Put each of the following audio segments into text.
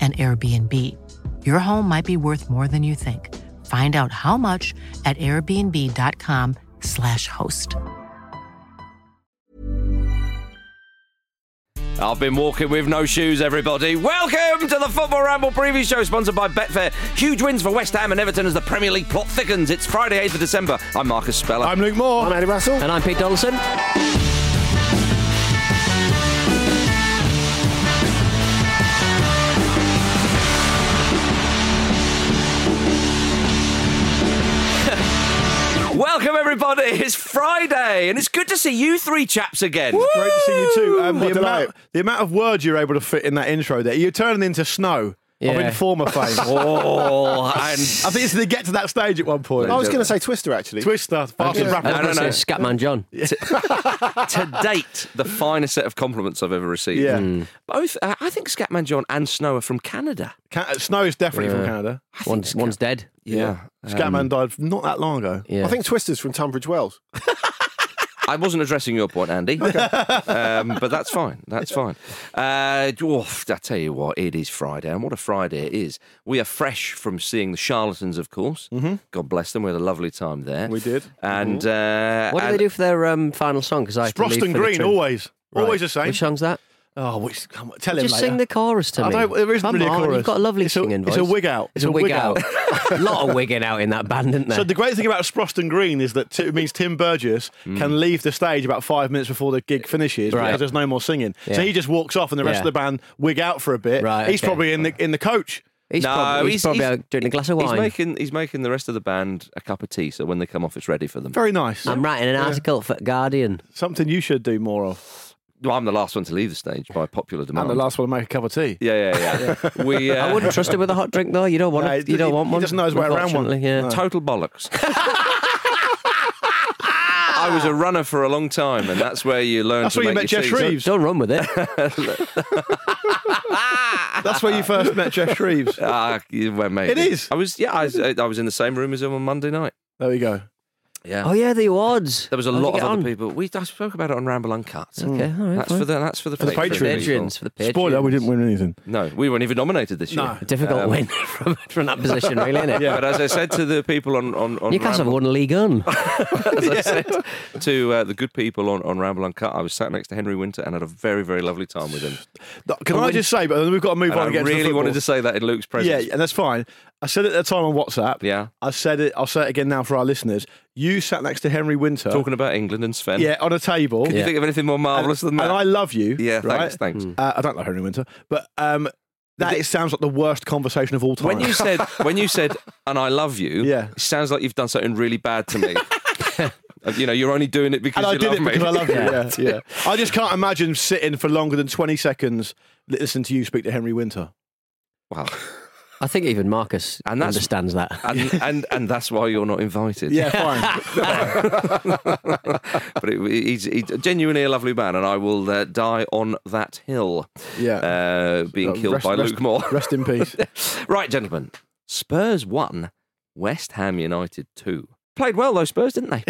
an Airbnb. Your home might be worth more than you think. Find out how much at airbnb.com/slash host. I've been walking with no shoes, everybody. Welcome to the Football Ramble preview show, sponsored by Betfair. Huge wins for West Ham and Everton as the Premier League plot thickens. It's Friday, 8th of December. I'm Marcus Speller. I'm Luke Moore. I'm Eddie Russell. And I'm Pete Donaldson. Welcome, everybody. It's Friday, and it's good to see you three chaps again. It's great to see you too. Um, What the, a delight. amount, the amount of words you're able to fit in that intro there, you're turning into snow of Yeah. informer fame. Oh, and I think it's going to get to that stage at one point. I was going to say Twister actually. Twister, fast and rapid. No, no, no. Scatman John. to date, the finest set of compliments I've ever received. Yeah, Hmm. Both, uh, I think Scatman John and Snow are from Canada. Can- snow is definitely from Canada. One's, one's dead. Yeah. Um, Um, Scatman died not that long ago. Yeah. I think Twister's from Tunbridge Wells. I wasn't addressing your point, Andy. um, but that's fine. That's fine. Uh, oof, I tell you what, it is Friday, and what a Friday it is. We are fresh from seeing the Charlatans, of course. Mm-hmm. God bless them. We had a lovely time there. We did. And uh, Mm-hmm. What do and they do for their um, final song? Because I have to leave Sproston for the Green, trim. always, always the same. Which song's that? oh, which, come on, tell him Just later. sing the chorus to I me. don't, there isn't Come really a on, chorus. You've got a lovely it's singing a, voice. It's a wig out. It's a wig out. A lot of wigging out in that band, isn't there? So the great thing about Sproston Green is that t- it means Tim Burgess can leave the stage about five minutes before the gig finishes Hmm. Right. because there's no more singing. So Yeah. he just walks off, and the rest Yeah. of the band wig out for a bit. Right, He's okay. probably in the in the coach. he's No, probably, he's- he's probably he's- out drinking a glass of wine. He's making he's making the rest of the band a cup of tea, so when they come off, it's ready for them. Very nice. I'm writing an article for Guardian. Something you should do more of. Well, I'm the last one to leave the stage by popular I'm demand. the last one to make a cup of tea. Yeah, yeah, yeah. we uh, I wouldn't trust him with a hot drink though. You don't want. No, it. you don't he- want he one. doesn't know his way around one. unfortunately, Yeah. total bollocks. I was a runner for a long time, and that's where you learn That's to where you make met your Jeff teas. Shreves. Don't run with it. That's where you first met Jeff Shreves. Ah, you- well, mate. It is. I was yeah. I was, I was in the same room as him on Monday night. There we go. Yeah. Oh yeah, the awards. There was a How'd you lot of get other on? people. We I spoke about it on Ramble Uncut. Okay, all right, That's fine. for the that's for the For the Patreon Patreon. people. Patrons for the patrons. Spoiler, we didn't win anything. No, we weren't even nominated this year. Um, A difficult win from, from that position, really, isn't it? Yeah, but as I said to the people on on, on Newcastle have Ramble, won a league on. as I said to uh, the good people on on Ramble Uncut, I was sat next to Henry Winter and had a very very lovely time with him. No, Can I just say, but then we've got to move And on I and get to the really wanted football. to say that in Luke's presence. Yeah, and that's fine. I said it at the time on WhatsApp. Yeah. I said it. I'll say it again now for our listeners. You sat next to Henry Winter. Talking about England and Sven. yeah, on a table. Can you think of anything more marvellous than and, that? and I love you. yeah, right? thanks, thanks. Uh, I don't love Henry Winter, but um, that it sounds like the worst conversation of all time. When you said when you said and I love you, Yeah. it sounds like you've done something really bad to me. you know, you're only doing it because and I you did love it me. because I love you. Yeah, yeah. I just can't imagine sitting for longer than twenty seconds listening to you speak to Henry Winter. Wow. I think even Marcus And that's- understands that. And, and and that's why you're not invited. Yeah, fine. but it, he's, he's genuinely a lovely man, and I will uh, die on that hill. Yeah. uh, being killed Rest- by rest- Luke Moore. Rest in peace. right, gentlemen. Spurs won. West Ham United two. Played well though, Spurs didn't they?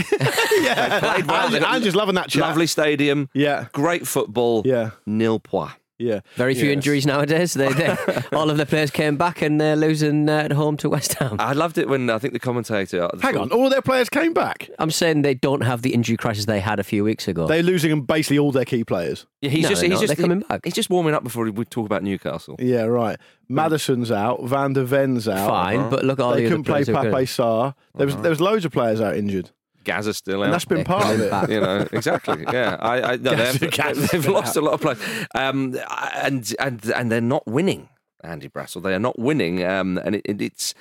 yeah, played well, I'm, didn't I'm they? just loving that chat. Lovely stadium, Yeah, great football. yeah, Nil pois. yeah. Very few Yes. injuries nowadays. They, they, all of the players came back and they're losing uh, at home to West Ham. I loved it when I think the commentator. Hang on, all their players came back. I'm saying they don't have the injury crisis they had a few weeks ago. They're losing basically all their key players. Yeah, he's No, just they're he's not. just They're coming back. He's just warming up before we talk about Newcastle. Yeah, right. Madison's out. Van der Ven's out. Fine, but look at all They the other couldn't play players who Pape couldn't. Sarr. There was, there was loads of players out injured. Gaza's still out. And that's been They're part of coming it. back. you know exactly yeah i, I no, they have, Gaz- they've, Gaz- lost a lot of players um and and and they're not winning andy brassel they are not winning um and it, it, it's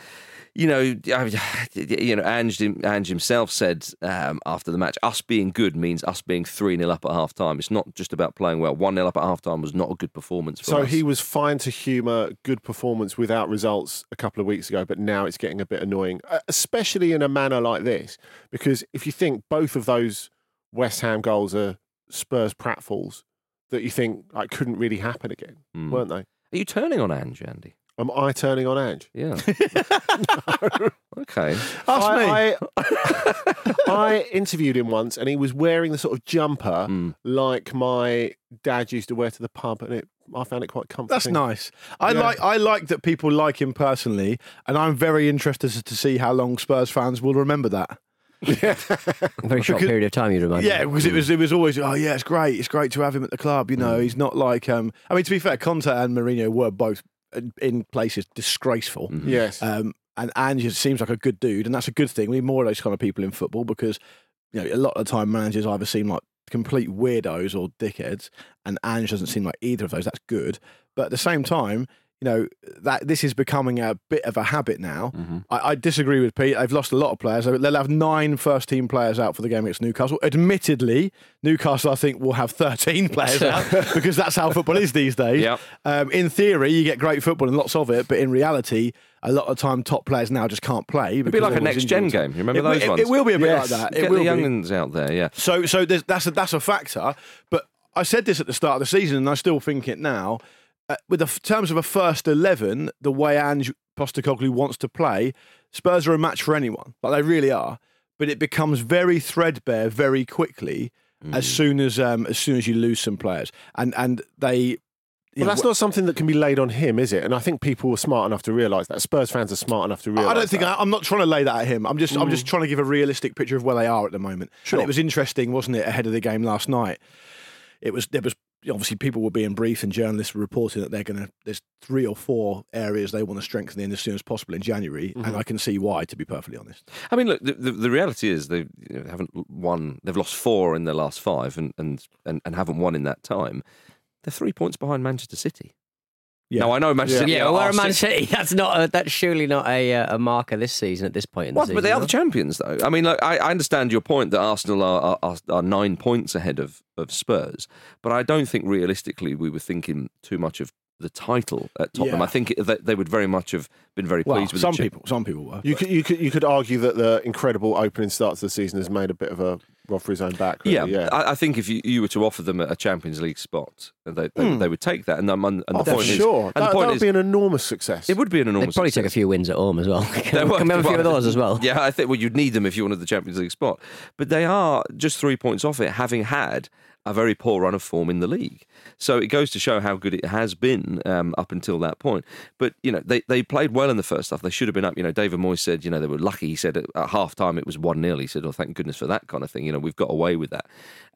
you know, I, you know, Ange, Ange himself said um, after the match, us being good means us being 3 0 up at half time. It's not just about playing well. 1 0 up at half time was not a good performance for So us. he was fine to humour good performance without results a couple of weeks ago, but now it's getting a bit annoying, uh, especially in a manner like this. Because if you think both of those West Ham goals are Spurs pratfalls that you think like, couldn't really happen again, Hmm. weren't they? Are you turning on Ange, Andy? Am I turning on Ange? Yeah. okay. Ask me. I, I, I interviewed him once and he was wearing the sort of jumper Hmm. like my dad used to wear to the pub, and it, I found it quite comforting. That's nice. I Yeah. like I like that people like him personally, and I'm very interested to see how long Spurs fans will remember that. A very short Because- period of time, you'd imagine. Yeah, because it was it was always oh yeah, it's great, it's great to have him at the club. You know, Mm. he's not like um. I mean, to be fair, Conte and Mourinho were both in- in places disgraceful. Mm-hmm. Yes. Um, and Ange just seems like a good dude, and that's a good thing. We need more of those kind of people in football because you know a lot of the time managers either seem like complete weirdos or dickheads, and Ange doesn't seem like either of those. That's good, but at the same time, you know that this is becoming a bit of a habit now. I, I disagree with Pete. They've lost a lot of players. They'll- They'll have nine first team players out for the game against Newcastle. Admittedly, Newcastle I think will have thirteen players out because that's how football is these days. Yep. Um, in theory, you get great football and lots of it, but in reality, a lot of time top players now just can't play. It'd be like a next gen game. You remember it, those it, ones? It will be a bit Yes. like that. It Get will the be. youngins out there, yeah. So, so there's, that's a, that's a factor. But I said this at the start of the season, and I still think it now. Uh, with the f- terms of a first eleven, the way Ange Postecoglou wants to play, Spurs are a match for anyone. Like they really are. But it becomes very threadbare very quickly as Mm. soon as um, as soon as you lose some players, and and they. Well, that's not something that can be laid on him, is it? And I think people were smart enough to realise that. Spurs fans are smart enough to realise. I don't think that. I, I'm not trying to lay that at him. I'm just I'm just Mm. trying to give a realistic picture of where they are at the moment. Sure. And it was interesting, wasn't it, ahead of the game last night? It was there was obviously people were being briefed and journalists were reporting that they're going to there's three or four areas they want to strengthen in as soon as possible in January, Mm-hmm. and I can see why. To be perfectly honest, I mean, look, the, the, the reality is they you know, haven't won. They've lost four in their last five, and and, and, and haven't won in that time. They're three points behind Manchester City. Yeah. Now I know Manchester City. Yeah, well, we're are a Man City. That's not a, that's surely not a uh, a marker this season at this point in the What, season. but they are no? the champions, though. I mean, like, I, I understand your point that Arsenal are, are- are, are nine points ahead of, of Spurs, but I don't think realistically we were thinking too much of the title at Tottenham. Yeah. I think it, they, they would very much have been very well, pleased with some the cha- people, some people were. You could, you could you could argue that the incredible opening start to the season has made a bit of a rod for his own back. Yeah, really, yeah. I, I think if you, you were to offer them a a Champions League spot, they they, they would take that. And, I'm un- and Hmm. Oh, the for point is, sure. and the That, point that would is, be an enormous success. it would be an They'd enormous. probably take a success. few wins at home as well. They Can we would, have a few but- of those as well? Yeah, I think well you'd need them if you wanted the Champions League spot. But they are just three points off it, having had a very poor run of form in the league. So it goes to show how good it has been um, up until that point. But you know they, they played well in the first half. They should have been up. You know David Moyes said you know they were lucky. He said at, at half time it was one 0 He said oh thank goodness for that kind of thing. You know we've got away with that.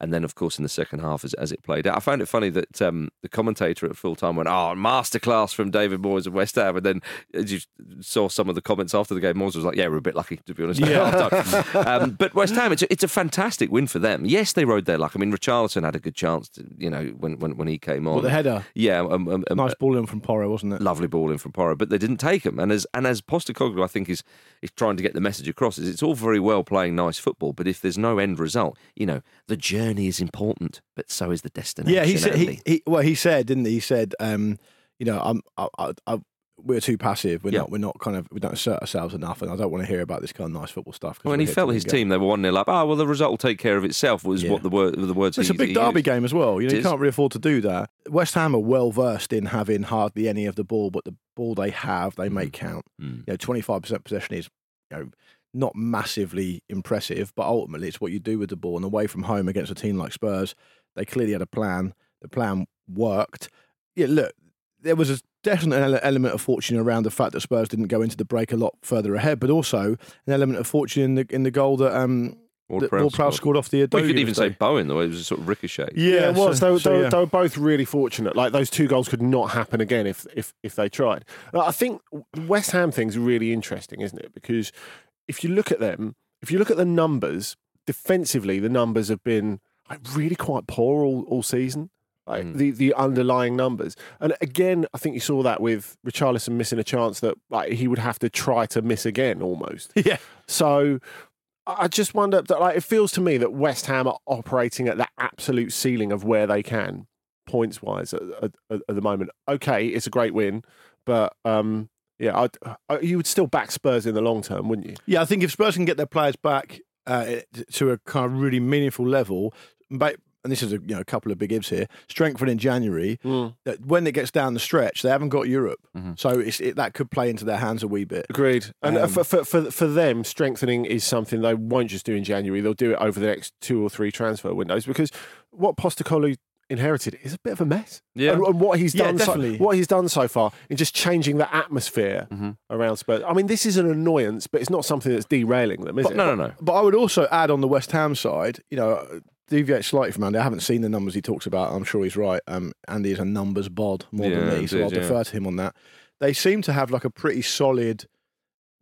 And then of course in the second half as, as it played out, I found it funny that um, the commentator at full time went oh masterclass from David Moyes of West Ham. And then as you saw some of the comments after the game, Moyes was like yeah we're a bit lucky to be honest. Yeah. um, but West Ham, it's a, it's a fantastic win for them. Yes, they rode their luck. I mean, Richarlison had a good chance, to, you know, when, when, when he came on. Well, the header. Yeah, um, um, um, Nice ball in from Porro, wasn't it? lovely ball in from Porro, but they didn't take him. And as and as Postacoglu, I think is is trying to get the message across is it's all very well playing nice football, but if there's no end result, you know, the journey is important, but so is the destination. Yeah, he said. only. He, he, well, he said, didn't he? He said, um, you know, I'm, I, I, I, we're too passive. We're Yeah. not. We're not kind of. We don't assert ourselves enough, and I don't want to hear about this kind of nice football stuff. 'cause Well, and he we're here felt to his win team, they were 1 0 up. Oh, well, the result will take care of itself, was Yeah. what the, word, the words games. It's a he- big he derby used. game as well. You It know, you is. can't really afford to do that. West Ham are well versed in having hardly any of the ball, but the ball they have, they make count. Mm. You know, twenty five percent possession is, you know, not massively impressive, but ultimately it's what you do with the ball. And away from home against a team like Spurs, they clearly had a plan. The plan worked. Yeah, look, there was a definite ele- element of fortune around the fact that Spurs didn't go into the break a lot further ahead, but also an element of fortune in the in the goal that um that Ward-Prowse Ward-Prowse scored. scored off the. Well, you Adogu could even say mistake. Bowen, the way it was a sort of ricochet. Yeah, it was. so- they, were- so, they, were- yeah. they were both really fortunate. Like those two goals could not happen again if if if they tried. Uh, I think the West Ham thing's really interesting, isn't it? Because if you look at them, if you look at the numbers defensively, the numbers have been like, really quite poor all, all season. Like the the underlying numbers, and again, I think you saw that with Richarlison missing a chance that like he would have to try to miss again almost. Yeah. So I I just wonder that like it feels to me that West Ham are operating at the absolute ceiling of where they can points wise at, at, at at the moment. Okay, it's a great win, but um, yeah, I'd, I, you would still back Spurs in the long term, wouldn't you? Yeah, I think if Spurs can get their players back uh, to a kind of really meaningful level, but, and this is a you know, a couple of big ifs here, strengthen in January, Hmm. that when it gets down the stretch, they haven't got Europe. Mm-hmm. So it's, it, that could play into their hands a wee bit. Agreed. And uh Um, for, for for for them, strengthening is something they won't just do in January. They'll do it over the next two or three transfer windows because what Postacolo inherited is a bit of a mess. Yeah. And, and what he's Yeah, done, so, definitely. what he's done so far in just changing the atmosphere Mm-hmm. around Spurs. I mean, this is an annoyance, but it's not something that's derailing them, is But it? no, no, no. But I would also add on the West Ham side, you know, deviate slightly from Andy. I haven't seen the numbers he talks about. I'm sure he's right. Um, Andy is a numbers bod more Yeah, than me, so I'll indeed, yeah. defer to him on that. They seem to have like a pretty solid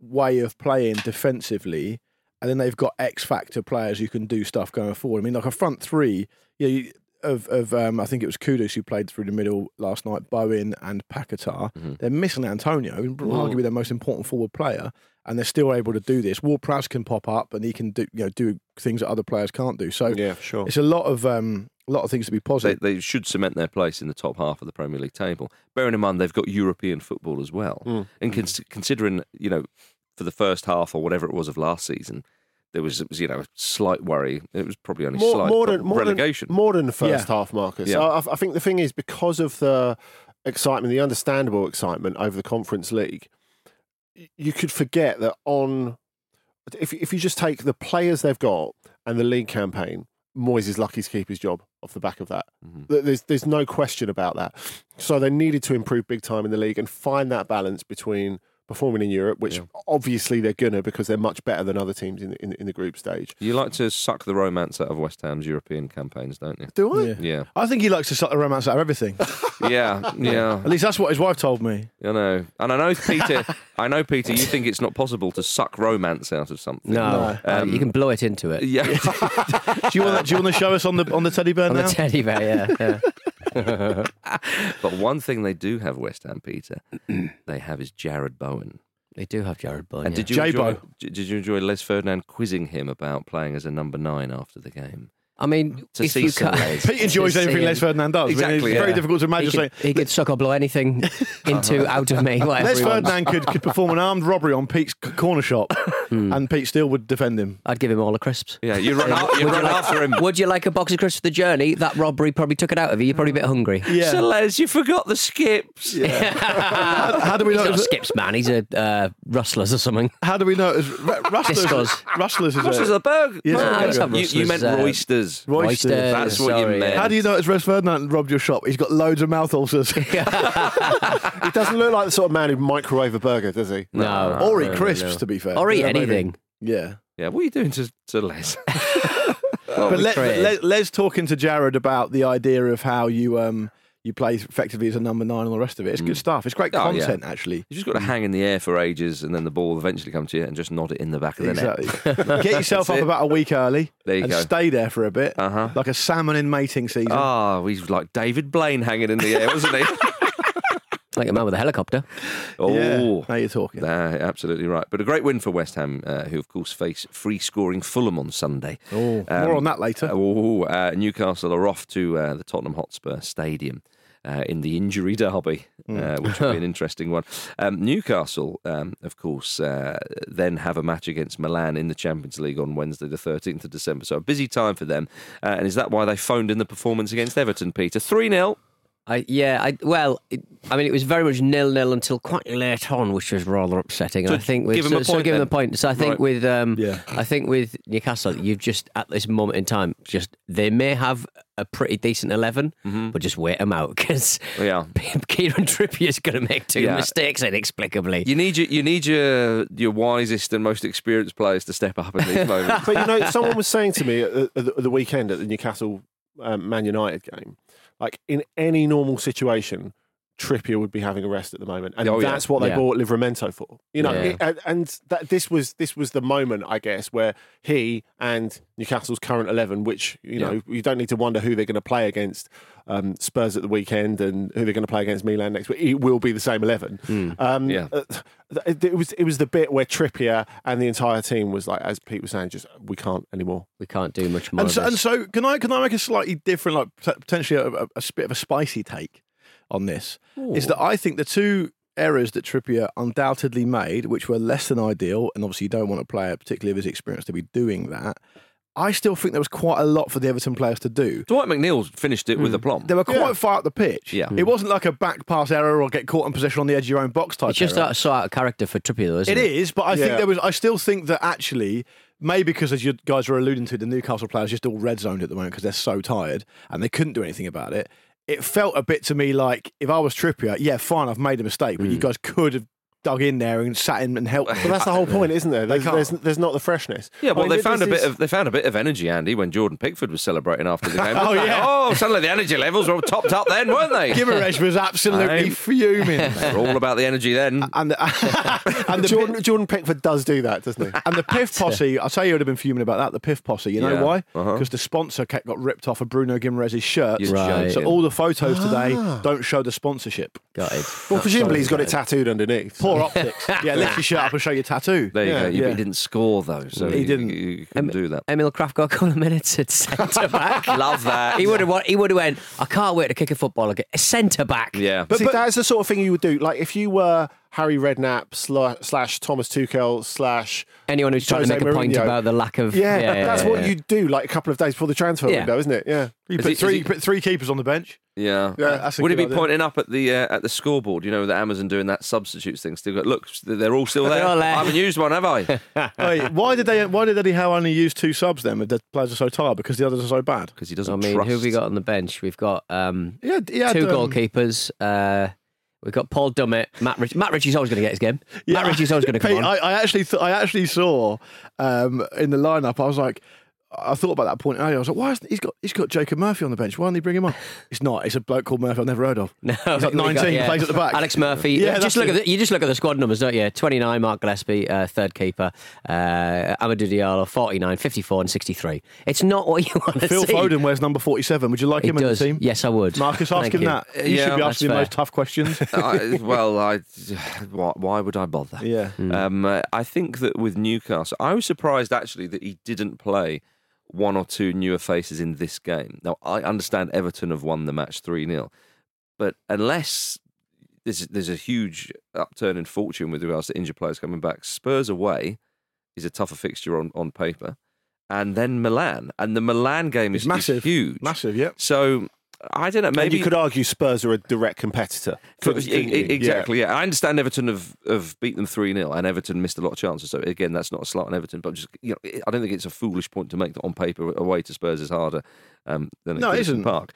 way of playing defensively, and then they've got X factor players who can do stuff going forward. I mean, like a front three, you know, you- of of um, I think it was Kudus who played through the middle last night, Bowen and Pacatar. They're missing Antonio, arguably their most important forward player, and they're still able to do this. Ward Prowse can pop up and he can do you know do things that other players can't do. So Yeah, sure. it's a lot of um, a lot of things to be They, positive. they should cement their place in the top half of the Premier League table. Bearing in mind they've got European football as well, Hmm. and cons- considering you know for the first half or whatever it was of last season, there was, it was, you know a slight worry. It was probably only slight but relegation. Than, more than the first Yeah. half, Marcus. Yeah. I, I think the thing is because of the excitement, the understandable excitement over the Conference League, y- you could forget that on if if you just take the players they've got and the league campaign, Moyes is lucky to keep his job off the back of that. Th- There's there's no question about that. So they needed to improve big time in the league and find that balance between performing in Europe, which obviously they're gonna because they're much better than other teams in the, in, the- in the group stage. you like to suck the romance out of West Ham's European campaigns, don't you? Do I? Yeah, I think he likes to suck the romance out of everything. yeah, yeah. At least that's what his wife told me. I know, and I know Peter. I know Peter. You think it's not possible to suck romance out of something? No, Uh, you can blow it into it. Yeah. Do you want? do you want to show us on the on the teddy bear On the now? teddy bear, yeah. yeah. but one thing they do have, West Ham Peter, they have is Jared Bowen. they do have Jared Bowen. And yeah. did you J-Bo. enjoy, d- did you enjoy Les Ferdinand quizzing him about playing as a number nine after the game? I mean, to if see you some ca- days. Pete enjoys to see anything him. Les Ferdinand does. I mean, Exactly, it's very yeah. difficult to imagine He saying could, he could suck or blow anything into Uh-huh. out of me. Whatever Les he wants. Ferdinand could, could perform an armed robbery on Pete's c- corner shop, and Pete Steele would defend him. Hmm. I'd give him all the crisps. Yeah, you run, out, you Would you run like- after him. Would you like a box of crisps for the journey? That robbery probably took it out of you. You're probably a bit hungry. Yeah. So, Les, you forgot the skips. how, how do we He's know? not a it was- skips man. He's a uh, rustlers or something. How do we know? It was, Ra- rustlers, Discos. rustlers is Rustlers a- are burger. Yeah, No, it's okay. it's not- you, you meant Rustlers, uh, roisters. Roysters. That's what you Sorry, meant. How do you know it's Les Ferdinand robbed your shop? He's got loads of mouth ulcers. He doesn't look like the sort of man who microwave a burger, does he? No. or eat no, crisps, no. to be fair. Or eat Yeah, maybe. anything. Yeah. Yeah, what are you doing to, to Les? Oh, but we let, tried. let, Les talking to Jared about the idea of how you um you play effectively as a number nine and all the rest of it. It's good stuff. It's great Oh, yeah. content, actually. You just got to hang in the air for ages, and then the ball will eventually come to you, and just nod it in the back of the Exactly. net. Get yourself up That's it. about a week early There you and go. stay there for a bit, Uh-huh. like a salmon in mating season. Ah, he's like David Blaine hanging in the air, wasn't he? Like a man with a helicopter. oh, Yeah, now you're talking. Nah, absolutely right. But a great win for West Ham, uh, who of course face free scoring Fulham on Sunday. Oh, Um, more on that later. Oh, Um, uh, Newcastle are off to uh, the Tottenham Hotspur Stadium. Uh, in the injury derby, uh, which will be an interesting one. Um, Newcastle, um, of course, uh, then have a match against Milan in the Champions League on Wednesday, the 13th of December. So a busy time for them. Uh, and is that why they phoned in the performance against Everton, Peter? 3 0. I yeah. I well. It, I mean, it was very much nil nil until quite late on, which was rather upsetting. So and I think with, give 'em so, a so point give 'em then. a point. So I think Right. with um, Yeah. I think with Newcastle, you've just at this moment in time, just they may have a pretty decent 11 Mm-hmm. but just wait them out because Yeah. Kieran Trippier is going to make two Yeah. mistakes inexplicably. You need your you need your your wisest and most experienced players to step up in these moments. But you know, someone was saying to me at the, at the- at the weekend at the Newcastle um, Man United game, like in any normal situation, Trippier would be having a rest at the moment, and Oh, yeah. that's what they Yeah. bought Livramento for. You know, Yeah. it- and, and that this was this was the moment, I guess, where he and Newcastle's current eleven, which you know, you don't need to wonder who they're going to play against um, Spurs at the weekend and who they're going to play against Milan next week. It will be the same eleven. Hmm. Um, Yeah. uh, th- it was it was the bit where Trippier and the entire team was like, as Pete was saying, just we can't anymore. uh, We can't do much more. And of so, and this. so, can I can I make a slightly different, like pot- potentially a, a, a bit of a spicy take on this? Is that I think the two errors that Trippier undoubtedly made, which were less than ideal, and obviously you don't want a player, particularly of his experience, to be doing that. I still think there was quite a lot for the Everton players to do. Dwight McNeil finished it with aplomb. They were quite far up the pitch. Yeah. it wasn't like a back pass error or get caught in possession on the edge of your own box type. it's just error. out, so out of character for Trippier, though, isn't It it? is, but I think Yeah. there was. I still think that actually, maybe because as you guys were alluding to, the Newcastle players just all red zoned at the moment because they're so tired and they couldn't do anything about it. It felt a bit to me like if I was Trippier, yeah, fine, I've made a mistake, but you guys could have dug in there and sat in and helped. But Mm. that's the whole point, isn't there? There's, can't. there's, there's not the freshness. Yeah, well, I mean, they found a this bit is- of they found a bit of energy, Andy, when Jordan Pickford was celebrating after the game. Oh, They- yeah. Oh, suddenly the energy levels were all topped up then, weren't they? Gimaresh was absolutely I'm- fuming. They were all about the energy then. And the, and the Jordan, Jordan Pickford does do that, doesn't he? And the Piff Posse, I'll tell you, I'd have been fuming about that. The Piff Posse, you know Yeah, why? uh-huh. Because the sponsor kept, got ripped off of Bruno Guimaraes' shirt. You're Right. So all the photos today don't show the sponsorship. Got it. well, presumably he's got it tattooed underneath. Poor optics. yeah, lift your shirt up and show your tattoo. there you yeah, go. You, but yeah. He didn't score though, so He you- didn't. Um, You, you couldn't do that. Emil Kraft got a couple of minutes at centre back. Love that. He would have. wa- He would have went. I can't wait to kick a football again. Centre back. Yeah. But, See, that's the sort of thing you would do. Like if you were Harry Redknapp sla- slash Thomas Tuchel slash Anyone who's trying Jose to make a point Mourinho. about the lack of. yeah, that's what yeah. you do. Like a couple of days before the transfer Yeah. window, isn't it? Yeah. You Is put he- is three, he- put three keepers on the bench. Yeah. Yeah, that's a Would he good be idea. pointing up at the uh, at the scoreboard? You know, that Amazon doing that substitutes thing. Still got look, they're all still there. all there. I haven't used one, have I? Hey, why did they? Why did Eddie Howe only use two subs then? If the players are so tired because the others are so bad. Because he doesn't I mean, trust. who have we got on the bench? We've got um, Yeah, he had, two um, goalkeepers. Uh, we've got Paul Dummett. Matt Rich- Matt Ritchie's always going to get his game. Matt Ritchie's always going to come Pete, on. I, I actually, th- I actually saw um, in the lineup. I was like, I thought about that point earlier. I was like, why isn't he's got he's got Jacob Murphy on the bench? Why didn't he bring him on? It's not. It's a bloke called Murphy I've never heard of. No, he's like we got- nineteen, yeah. plays at the back. Alex Murphy. Yeah, Yeah, that's just look it. at the, you just look at the squad numbers, don't you? Twenty nine, Mark Gillespie, uh, third keeper, uh, Amadou Diallo, 49, 54 and sixty three. It's not what you want to Phil see. Foden wears number forty-seven. Would you like He him does. in the team? Yes, I would. Marcus, ask Thank him you. that. Yeah, You should be that's asking him fair. those tough questions. I, Uh, well, I why, why would I bother? Yeah. Um, uh, I think that with Newcastle, I was surprised actually that he didn't play one or two newer faces in this game. Now, I understand Everton have won the match 3 0, but unless there's, there's a huge upturn in fortune with regards to injured players coming back, Spurs away is a tougher fixture on, on paper. And then Milan. And the Milan game is, It's is massive. huge. Massive, yeah. So I don't know. Maybe Maybe you could argue Spurs are a direct competitor. for- Couldn't- e- couldn't you? e- exactly, yeah. I understand Everton have, have beat them 3 0, and Everton missed a lot of chances. So, again, that's not a slight on Everton, but just, you know, I don't think it's a foolish point to make that on paper away to Spurs is harder um, than at No, it Goodison isn't. Park.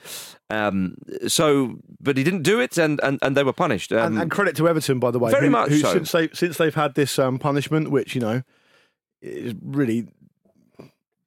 Um, so, but he didn't do it, and, and, and they were punished. Um, Mm. and, and credit to Everton, by the way, very who, much who so. since they since they've had this um, punishment, which you know is really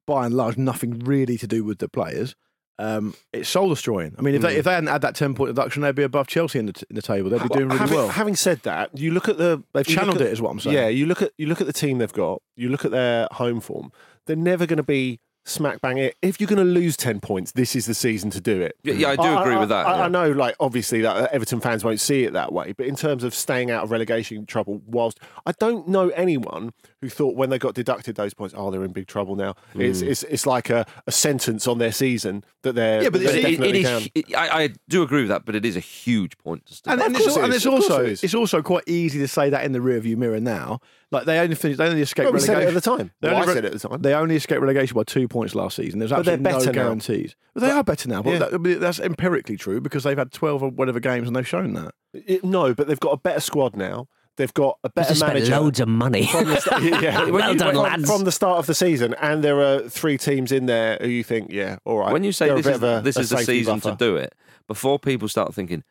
by and large nothing really to do with the players. Um, it's soul destroying. I mean, Mm. if they if they hadn't had that ten point deduction, they'd be above Chelsea in the, t- in the table. They'd be doing really having, well. Having said that, you look at the They've you look channeled at- it, is what I'm saying. Yeah, you look at you look at the team they've got. You look at their home form. They're never going to be smack bang it. If you're going to lose ten points, this is the season to do it. Yeah, yeah, I do agree with that, I, yeah. I know, like obviously that Everton fans won't see it that way, but in terms of staying out of relegation trouble, whilst I don't know anyone who thought when they got deducted those points, oh, they're in big trouble now. It's, Mm. it's it's like a, a sentence on their season that they're Yeah, but they're but it- it definitely is- down. it- I, I do agree with that, but it is a huge point to stick. And, Of and, it's, course al- it and is. it's Of course also it is. it's also quite easy to say that in the rearview mirror now. Like they only finished, they only escaped Well, we said relegation it at the time. They Well, only I said it at the time. They only escaped relegation by two points last season. There's But they're absolutely no better now. guarantees. But they are better now. But Yeah. that- but that's empirically true because they've had twelve or whatever games and they've shown that. It- no, but they've got a better squad now. They've got a better just spent manager. loads of money. from the, sta- yeah, Well When you- done, from, lads. from the start of the season, and there are three teams in there who you think, yeah, all right. When you say they're a this bit is, of a- this a is the safety season to buffer. do it, before people start thinking,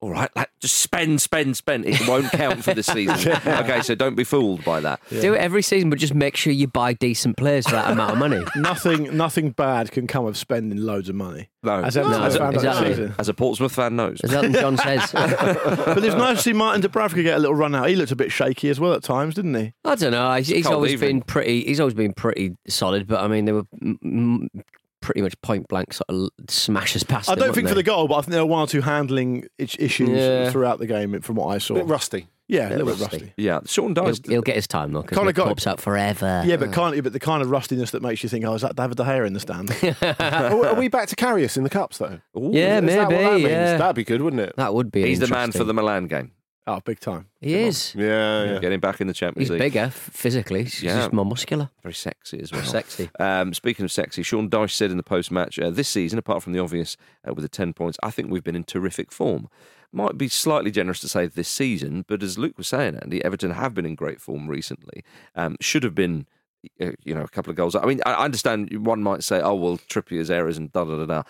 all right, like, just spend, spend, spend, it won't count for this season. Okay, so don't be fooled by that. Do it every season, but just make sure you buy decent players for that amount of money. nothing nothing bad can come of spending loads of money. No. As Everton No, fans found out this exactly. season. As a Portsmouth fan knows. As Elton John says. I But it's nice to see Martin de Bravka get a little run out. He looked a bit shaky as well at times, didn't he? don't know. He's, he's cold always evening. been pretty. He's always been pretty solid, but I mean, they were mm, mm, pretty much point blank sort of l- smashes past. I him, don't weren't think for they? the goal, but I think there were one or two handling i- issues Yeah. throughout the game from what I A saw. bit rusty. yeah, a little bit rusty. rusty. Yeah, Sean He'll, Dyche. he'll get his time though, because Kinda the got- club's out forever. Yeah, Uh-huh. but kind of, but the kind of rustiness that makes you think, oh, is that David De Gea in the stand? are, are we back to Carrius in the cups though? Ooh, Yeah, Is that what that maybe. means? yeah. That'd be good, wouldn't it? that would be. an He's the man interesting- for the Milan game. oh, big time. He is. Yeah, yeah. Getting back in the Champions He's League. bigger f- physically. He's Yeah. just more muscular. Very sexy as well. Sexy. Um, speaking of sexy, Sean Dyche said in the post match uh, this season, apart from the obvious uh, with the 10 points, I think we've been in terrific form. Might be slightly generous to say this season, but as Luke was saying, Andy, Everton have been in great form recently. Um, should have been, uh, you know, a couple of goals. I mean, I I understand one might say, oh, well, Trippier's errors and da da da da.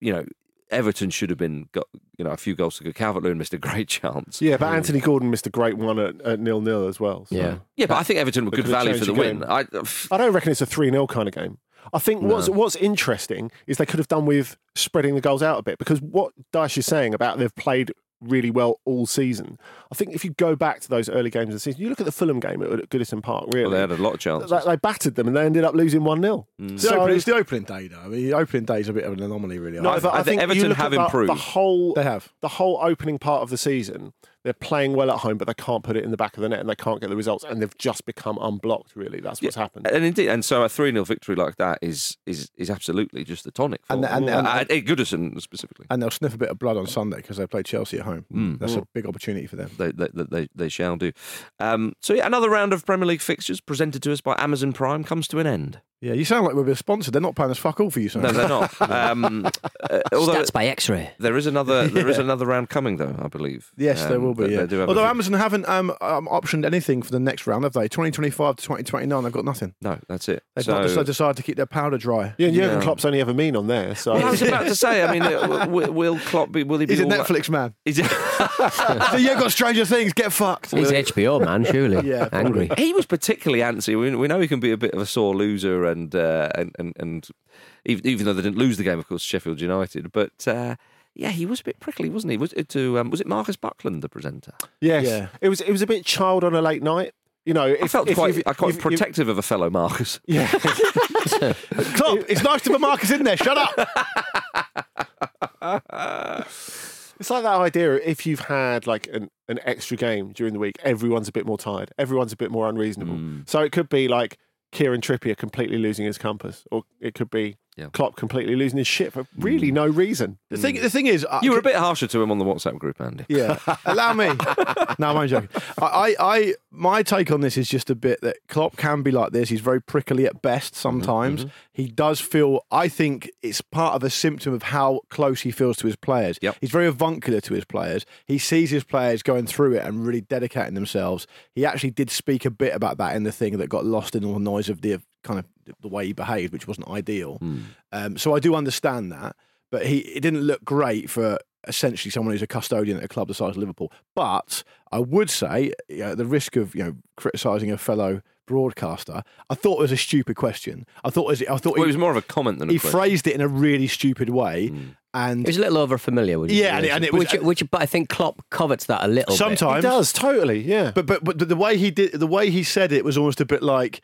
You know, Everton should have been, got, you know, a few goals to go. Calvert Lewin missed a great chance. Yeah, but Anthony Gordon missed a great one at, at nil nil as well. so. Yeah. Yeah, but I think Everton were They good could have value for changed the the game. win. I, uh, I don't reckon it's a 3 0 kind of game. I think what's what's interesting is they could have done with spreading the goals out a bit because what Dyche is saying about they've played really well all season. I think if you go back to those early games of the season, you look at the Fulham game at Goodison Park, really. well, they had a lot of chances. Mm. they, they battered them and they ended up losing 1 0. It's, the opening, it's the opening day, though. I mean, the opening day is a bit of an anomaly, really. I but think. I think Everton have the, improved. The whole, They have. The whole opening part of the season, they're playing well at home, but they can't put it in the back of the net and they can't get the results. And they've just become unblocked, really. That's what's happened. And indeed, and so a three 0 victory like that is is is absolutely just the tonic. For And- them. and- and- Uh, at Goodison specifically, and they'll sniff a bit of blood on Sunday because they play Chelsea at home. Mm. That's a big opportunity for them. they they, they- they they shall do. Um, so yeah, another round of Premier League fixtures presented to us by Amazon Prime comes to an end. Yeah, you sound like we're being sponsored. They're not paying us fuck all for you, Sam. No, they're not. um, uh, although Stats by X-ray. there is another there is another round coming though, I believe. Yes, there Um, will be. they- Yeah. they do have a Although few- Amazon haven't um, um, optioned anything for the next round, have they? 2025 to 2029, they've got nothing. no, Oh, that's it. They've So- not just, they decided to keep their powder dry. yeah, and Jurgen Yeah. Klopp's only ever mean on there. So well, I was about to say. I mean, uh, w- will Klopp be? Will he be? He's a all that- Netflix man. Is it? so you've got Stranger Things, get fucked. He's HBO man, surely. Yeah, Angry. he was particularly antsy. We, we know he can be a bit of a sore loser, and uh, and and, and even, even though they didn't lose the game, of course, Sheffield United. But uh, yeah, he was a bit prickly, wasn't he? Was it to um, was it Marcus Buckland, the presenter? Yes. Yeah. It was it was a bit child on a late night. You know, I felt quite you've- uh, quite you've- you've- protective of a fellow Marcus. Klopp, it's nice to put Marcus in there. Shut up. uh, It's like that idea if you've had like an, an Hmm. extra game during the week, everyone's a bit more tired, everyone's a bit more unreasonable. So it could be like Kieran Trippier completely losing his compass, or it could be Yeah. Hmm. Klopp completely losing his shit for really no reason. The thing, the thing is, uh, I- You were a bit harsher to him on the WhatsApp group, Andy. Yeah, allow me. no, I'm only joking. I, I, I, my take on this is just a bit that Klopp can be like this. He's very prickly at best sometimes. He does feel. I think it's part of a symptom of how close he feels to his players. Yep. He's very avuncular to his players. He sees his players going through it and really dedicating themselves. He actually did speak a bit about that in the thing that got lost in all the noise of the kind of the way he behaved, which wasn't ideal. Um, so I do understand that, but he it didn't look great for essentially someone who's a custodian at a club the size of Liverpool. But I would say, you know, at the risk of you know criticising a fellow broadcaster, I thought it was a stupid question. I thought it was, I thought Well, it he, was more of a comment than a he question. phrased it in a really stupid way, Hmm. and It was a little over familiar, would you Yeah, and it- and it was- which, which, but I think Klopp covets that a little. sometimes He does totally, yeah. But but but the- the way he did the way he said it was almost a bit like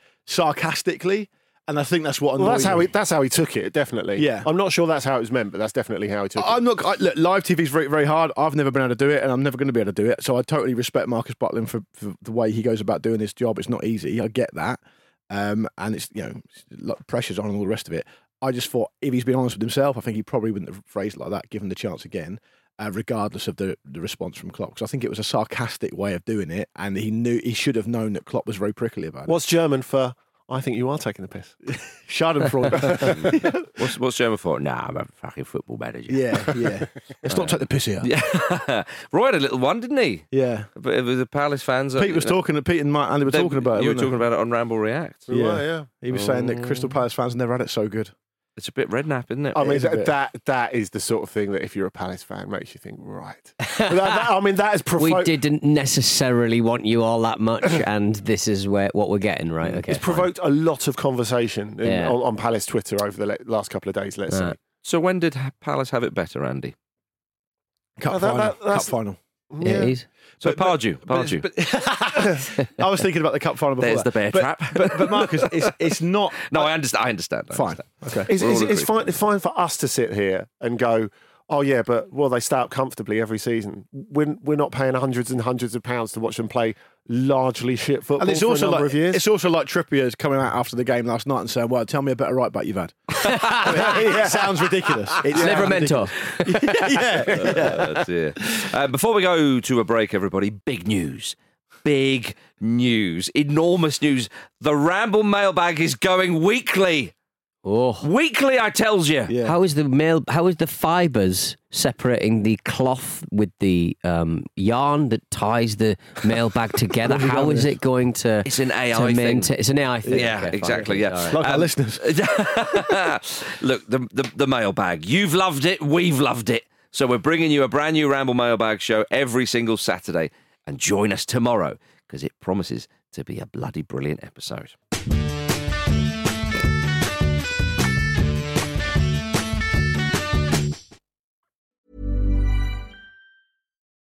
sarcastically, and I think that's what. well, that's annoyed how me. he, that's how he took it. Definitely. Yeah. I'm not sure that's how it was meant, but that's definitely how he took I'm it. not I, look, live TV is very very hard. I've never been able to do it, and I'm never going to be able to do it. So I totally respect Marcus Butlin for, for the way he goes about doing his job. It's not easy. I get that, um, and it's you know it's a lot of pressures on and all the rest of it. I just thought if he's been honest with himself, I think he probably wouldn't have phrased it like that, given the chance again, uh, regardless of the, the response from Klopp. Because I think it was a sarcastic way of doing it, and he knew he should have known that Klopp was very prickly about it. What's German for? I think you are taking the piss. Schadenfreude? What's, what's German for? Nah, I'm a fucking football manager. yeah, yeah. Let's Uh, not take the piss here. Yeah. Yeah. Roy had a little one, didn't he? yeah. But it was the Palace fans. uh, Pete was talking. Pete and Mike, Andy were talking about it. You were weren't they? talking about it on Ramble React. Oh. We were, Yeah. He was saying that Crystal Palace fans never had it so good. It's a bit rednap, isn't it? I mean, is a that, bit. that that is the sort of thing that if you're a Palace fan makes you think, right? That- that- I mean, that is We provo- didn't necessarily want you all that much, and this is where what we're getting, right? Okay. It's provoked a lot of conversation in, Yeah. on, on Palace Twitter over the le- last couple of days. Let's Right. so when did Ha- Palace have it better, Andy? Cup Oh, that- final. that- cup that's- final. say. Yeah, it is. So But- but- Pardew, but- Pardew. but- I was thinking about the cup final before. There's that. the bear but, trap. But, but Marcus, it's, it's not. no, I understand. I understand. I Fine. understand. Okay. It's, We're it's, all it's agreed. fine, it's fine for us to sit here and go, oh yeah, but well, they start comfortably every season. We're, we're not paying hundreds and hundreds of pounds to watch them play largely shit football And it's for a also number like of years. it's also like Trippier's coming out after the game last night and saying, "Well, tell me a better right back you've had." it sounds ridiculous. It's Livramento. yeah. Oh, dear. Uh, before we go to a break, everybody, big news. Big news. Enormous news. The Ramble mailbag is going weekly. Oh, Weekly, I tells you. Yeah. how is the mail? How is the fibers separating the cloth with the um, yarn that ties the mailbag together? how is it going to? It's an to AI thing. maintain- It's an AI thing. Yeah, Okay, fine. exactly. Yeah. Um, All right. Like our listeners. Look, the, the the mailbag. You've loved it. We've loved it. So we're bringing you a brand new Ramble mailbag show every single Saturday, and join us tomorrow because it promises to be a bloody brilliant episode.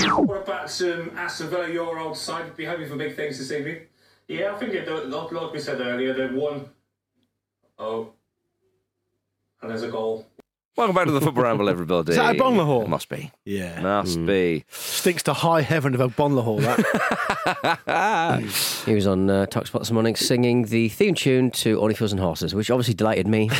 What about some Aston Villa, your old side? Be hoping for big things this evening. Yeah, I think it, like, like we said earlier, they've won. Oh, and there's a goal. Welcome back to the Football Ramble, everybody. Is that a Bon Lahore? It must be. Yeah. Must Hmm. be. Stinks to high heaven of a Bon Lahore, that. Ah. He was on uh, Talkspot this morning singing the theme tune to Only Fools and Horses, which obviously delighted me.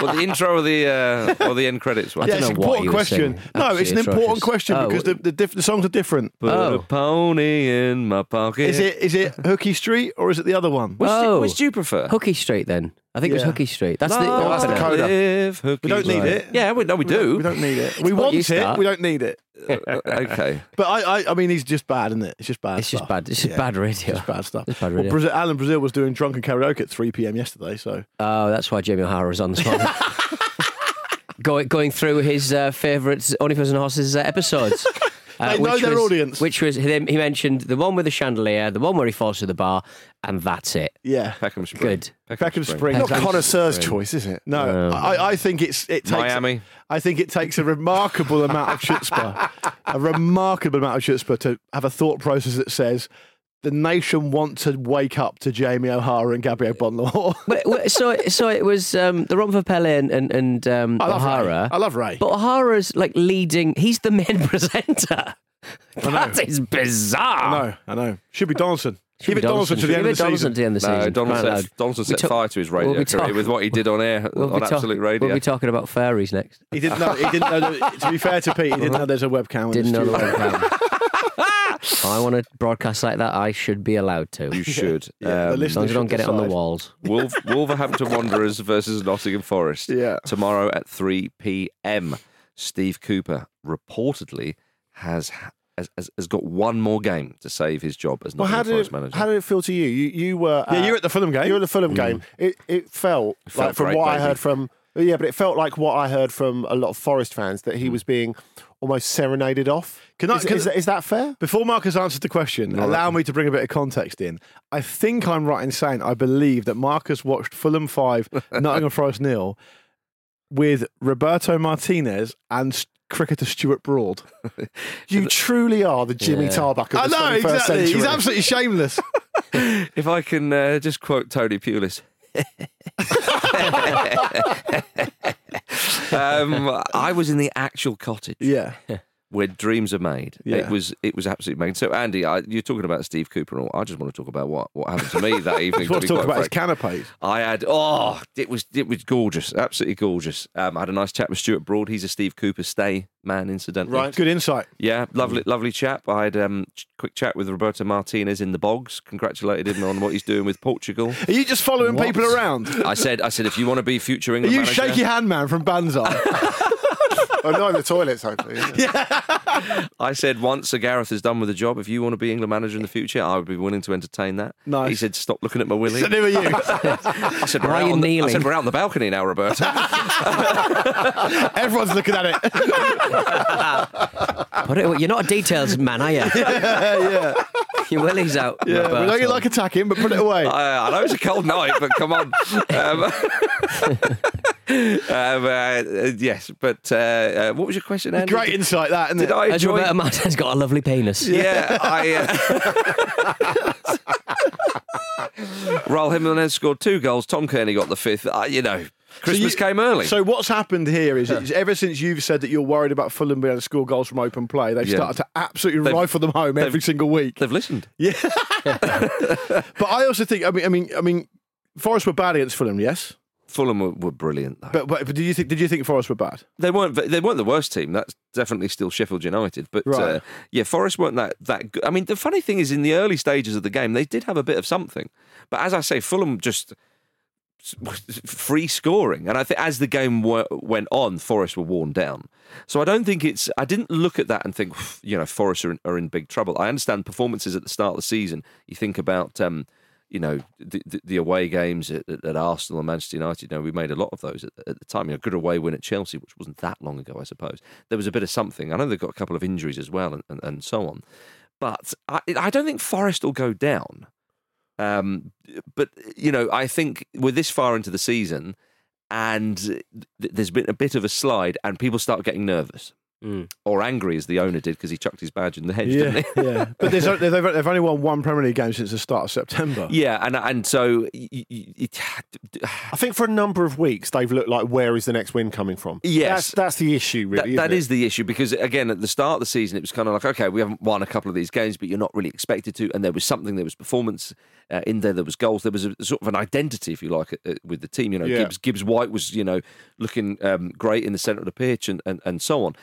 Well, the intro or the uh, or the end credits one. I yeah, don't it's an know what he important was question. singing. No, it's an Absolutely important atrocious. question Oh, because the, the, diff- the songs are different. Put a Oh. pony in my pocket. Is it is it Hooky Street or is it the other one? Which, do, Oh. which do you prefer? Hooky Street, then. I think it was Yeah. Hooky Street. That's the, Love that's the to coda. live Hooky We don't need Street. it. Yeah, we, no, we do. We don't need it. We what want you it. start. We don't need it. okay. But I, I, I mean, he's just bad, isn't it? It's just bad. It's just stuff. bad. It's just Yeah. bad radio. It's bad stuff. It's bad Well, radio. Brazil, Alan Brazil was doing drunken karaoke at 3 p.m. yesterday, so Oh, that's why Jamie O'Hara was on this morning. going, going through his uh, favourite Only Fools and Horses uh, episodes. Uh, They know which their was- audience. Which was, he he mentioned the one with the chandelier, the one where he falls through the bar, and that's it. yeah. Peckham Spring. Good. Beckham Spring. Not Exactly. Connoisseur's choice, is it? No, No. I, I think it's it takes Miami. I think it takes a remarkable amount of chutzpah, a remarkable amount of chutzpah to have a thought process that says the nation want to wake up to Jamie O'Hara and Gabriel Bonlaw. But, well, so, so it was um, the Romford Pele and, and, and um, I love O'Hara. Ray. I love Ray. But O'Hara's like leading, he's the main presenter. know. That is bizarre. I know, I know. Should be Donaldson. Should Give be it Donaldson to the Should end be of the Donaldson season. to the end of the No, season. Donaldson, Crying out set, loud. Donaldson We set talk- fire to his radio we'll be career talking- with what he did on air We'll on be, talk- Absolute Radio. we'll be talking about fairies next. He didn't know. He didn't know. That, to be fair to Pete, he didn't know there's a webcam. in Uh-huh. Didn't the know the studio. webcam. I want to broadcast like that. I should be allowed to. you should. Yeah, the Um, As long listeners as I don't should get it on the decide. walls. Wolf, Wolverhampton Wanderers versus Nottingham Forest. Yeah. Tomorrow at 3 p.m. Steve Cooper reportedly has, has has- has got one more game to save his job as Well, Nottingham how did Forest it, manager. Mm. how did it feel to you? You you were Yeah, you were at the Fulham game. You were at the Fulham game. It it felt, felt like from great, what baby. I heard from yeah, but it felt like what I heard from a lot of Forest fans that Mm. he was being almost serenaded off. Can I- is, can- is that- is that fair? Before Marcus answers the question, allow me to bring a bit of context in. I think I'm right in saying I believe that Marcus watched Fulham 5, Nottingham Forest nil with Roberto Martinez and s- cricketer Stuart Broad. You truly are the Jimmy Yeah. Tarbuck I of the know, 21st exactly. century. He's absolutely shameless. if I can uh, just quote Tony Pulis. um, I was in the actual cottage yeah. where dreams are made. It Yeah. was it was absolutely amazing. So Andy, I, you're talking about Steve Cooper and all. I just want to talk about what, what happened to me that evening. Just want be to talk quite about his frank. canapes. I had oh, it was it was gorgeous, absolutely gorgeous. Um, I had a nice chat with Stuart Broad. He's a Steve Cooper stay man, incidentally. Right. Good insight. Yeah, lovely, lovely chap. I had um, ch- quick chat with Roberto Martinez in the bogs. Congratulated him on what he's doing with Portugal. Are you just following What? people around? I said, I said, if you want to be future Are England you manager, shaky hand man from Banzai? oh, no, in the toilets, hopefully. isn't it? I said once Sir Gareth is done with the job, if you want to be England manager in the future, I would be willing to entertain that. Nice. He said, stop looking at my willy. so who are you? I said, we're Why are out you on the, I kneeling? said, we're out on the balcony now, Roberto. Everyone's looking at it. Put it, you're not a details man, are you? yeah. Your willy's out. Yeah. We know you Roberto. like attacking, but put it away. I, I know it's a cold night, but come on. Um, um, uh, yes, but uh, uh, what was your question, Andy? Great insight, that, isn't Did it? I As enjoy? Roberto Martinez got a lovely penis. Yeah, I. Uh... Raul Jimenez scored two goals. Tom Kearney got the fifth. I, you know, Christmas came early. So what's happened here is it's ever since you've said that you're worried about Fulham being able to score goals from open play, they've Yeah. started to absolutely They've- rifle them home every they've- single week. They've listened. But I also think, I mean, I mean, I mean, Forest were bad against Fulham, yes. Fulham were, were brilliant. Though. But, but but did you think did you think Forest were bad? They weren't. They weren't the worst team. That's definitely still Sheffield United. But uh, Right. yeah, Forest weren't that that good. I mean, the funny thing is, in the early stages of the game, they did have a bit of something. But as I say, Fulham just free scoring, and I think as the game w- went on, Forest were worn down. So I don't think it's. I didn't look at that and think, "Phew, you know, Forest are in, are in big trouble. I understand performances at the start of the season. You think about. Um, you know the, the, the away games at, at, at Arsenal and Manchester United. You know we made a lot of those at, at the time. You know, a good away win at Chelsea, which wasn't that long ago, I suppose. There was a bit of something. I know they've got a couple of injuries as well, and, and, and so on. But I, I don't think Forest will go down. Um, but you know, I think we're this far into the season, and th- there's been a bit of a slide, and people start getting nervous Mm. or angry, as the owner did because he chucked his badge in the hedge, didn't he? yeah. But there's, they've, they've only won one Premier League game since the start of September. Yeah, and and so y- y- y- it, I think for a number of weeks they've looked like where is the next win coming from? Yes. that's, that's the issue. Really, that, isn't that is the issue because again at the start of the season it was kind of like okay we haven't won a couple of these games but you're not really expected to and there was something there was performance uh, in there there was goals there was a sort of an identity if you like uh, with the team you know Yeah. Gibbs Gibbs White was you know looking um, great in the centre of the pitch and, and and so on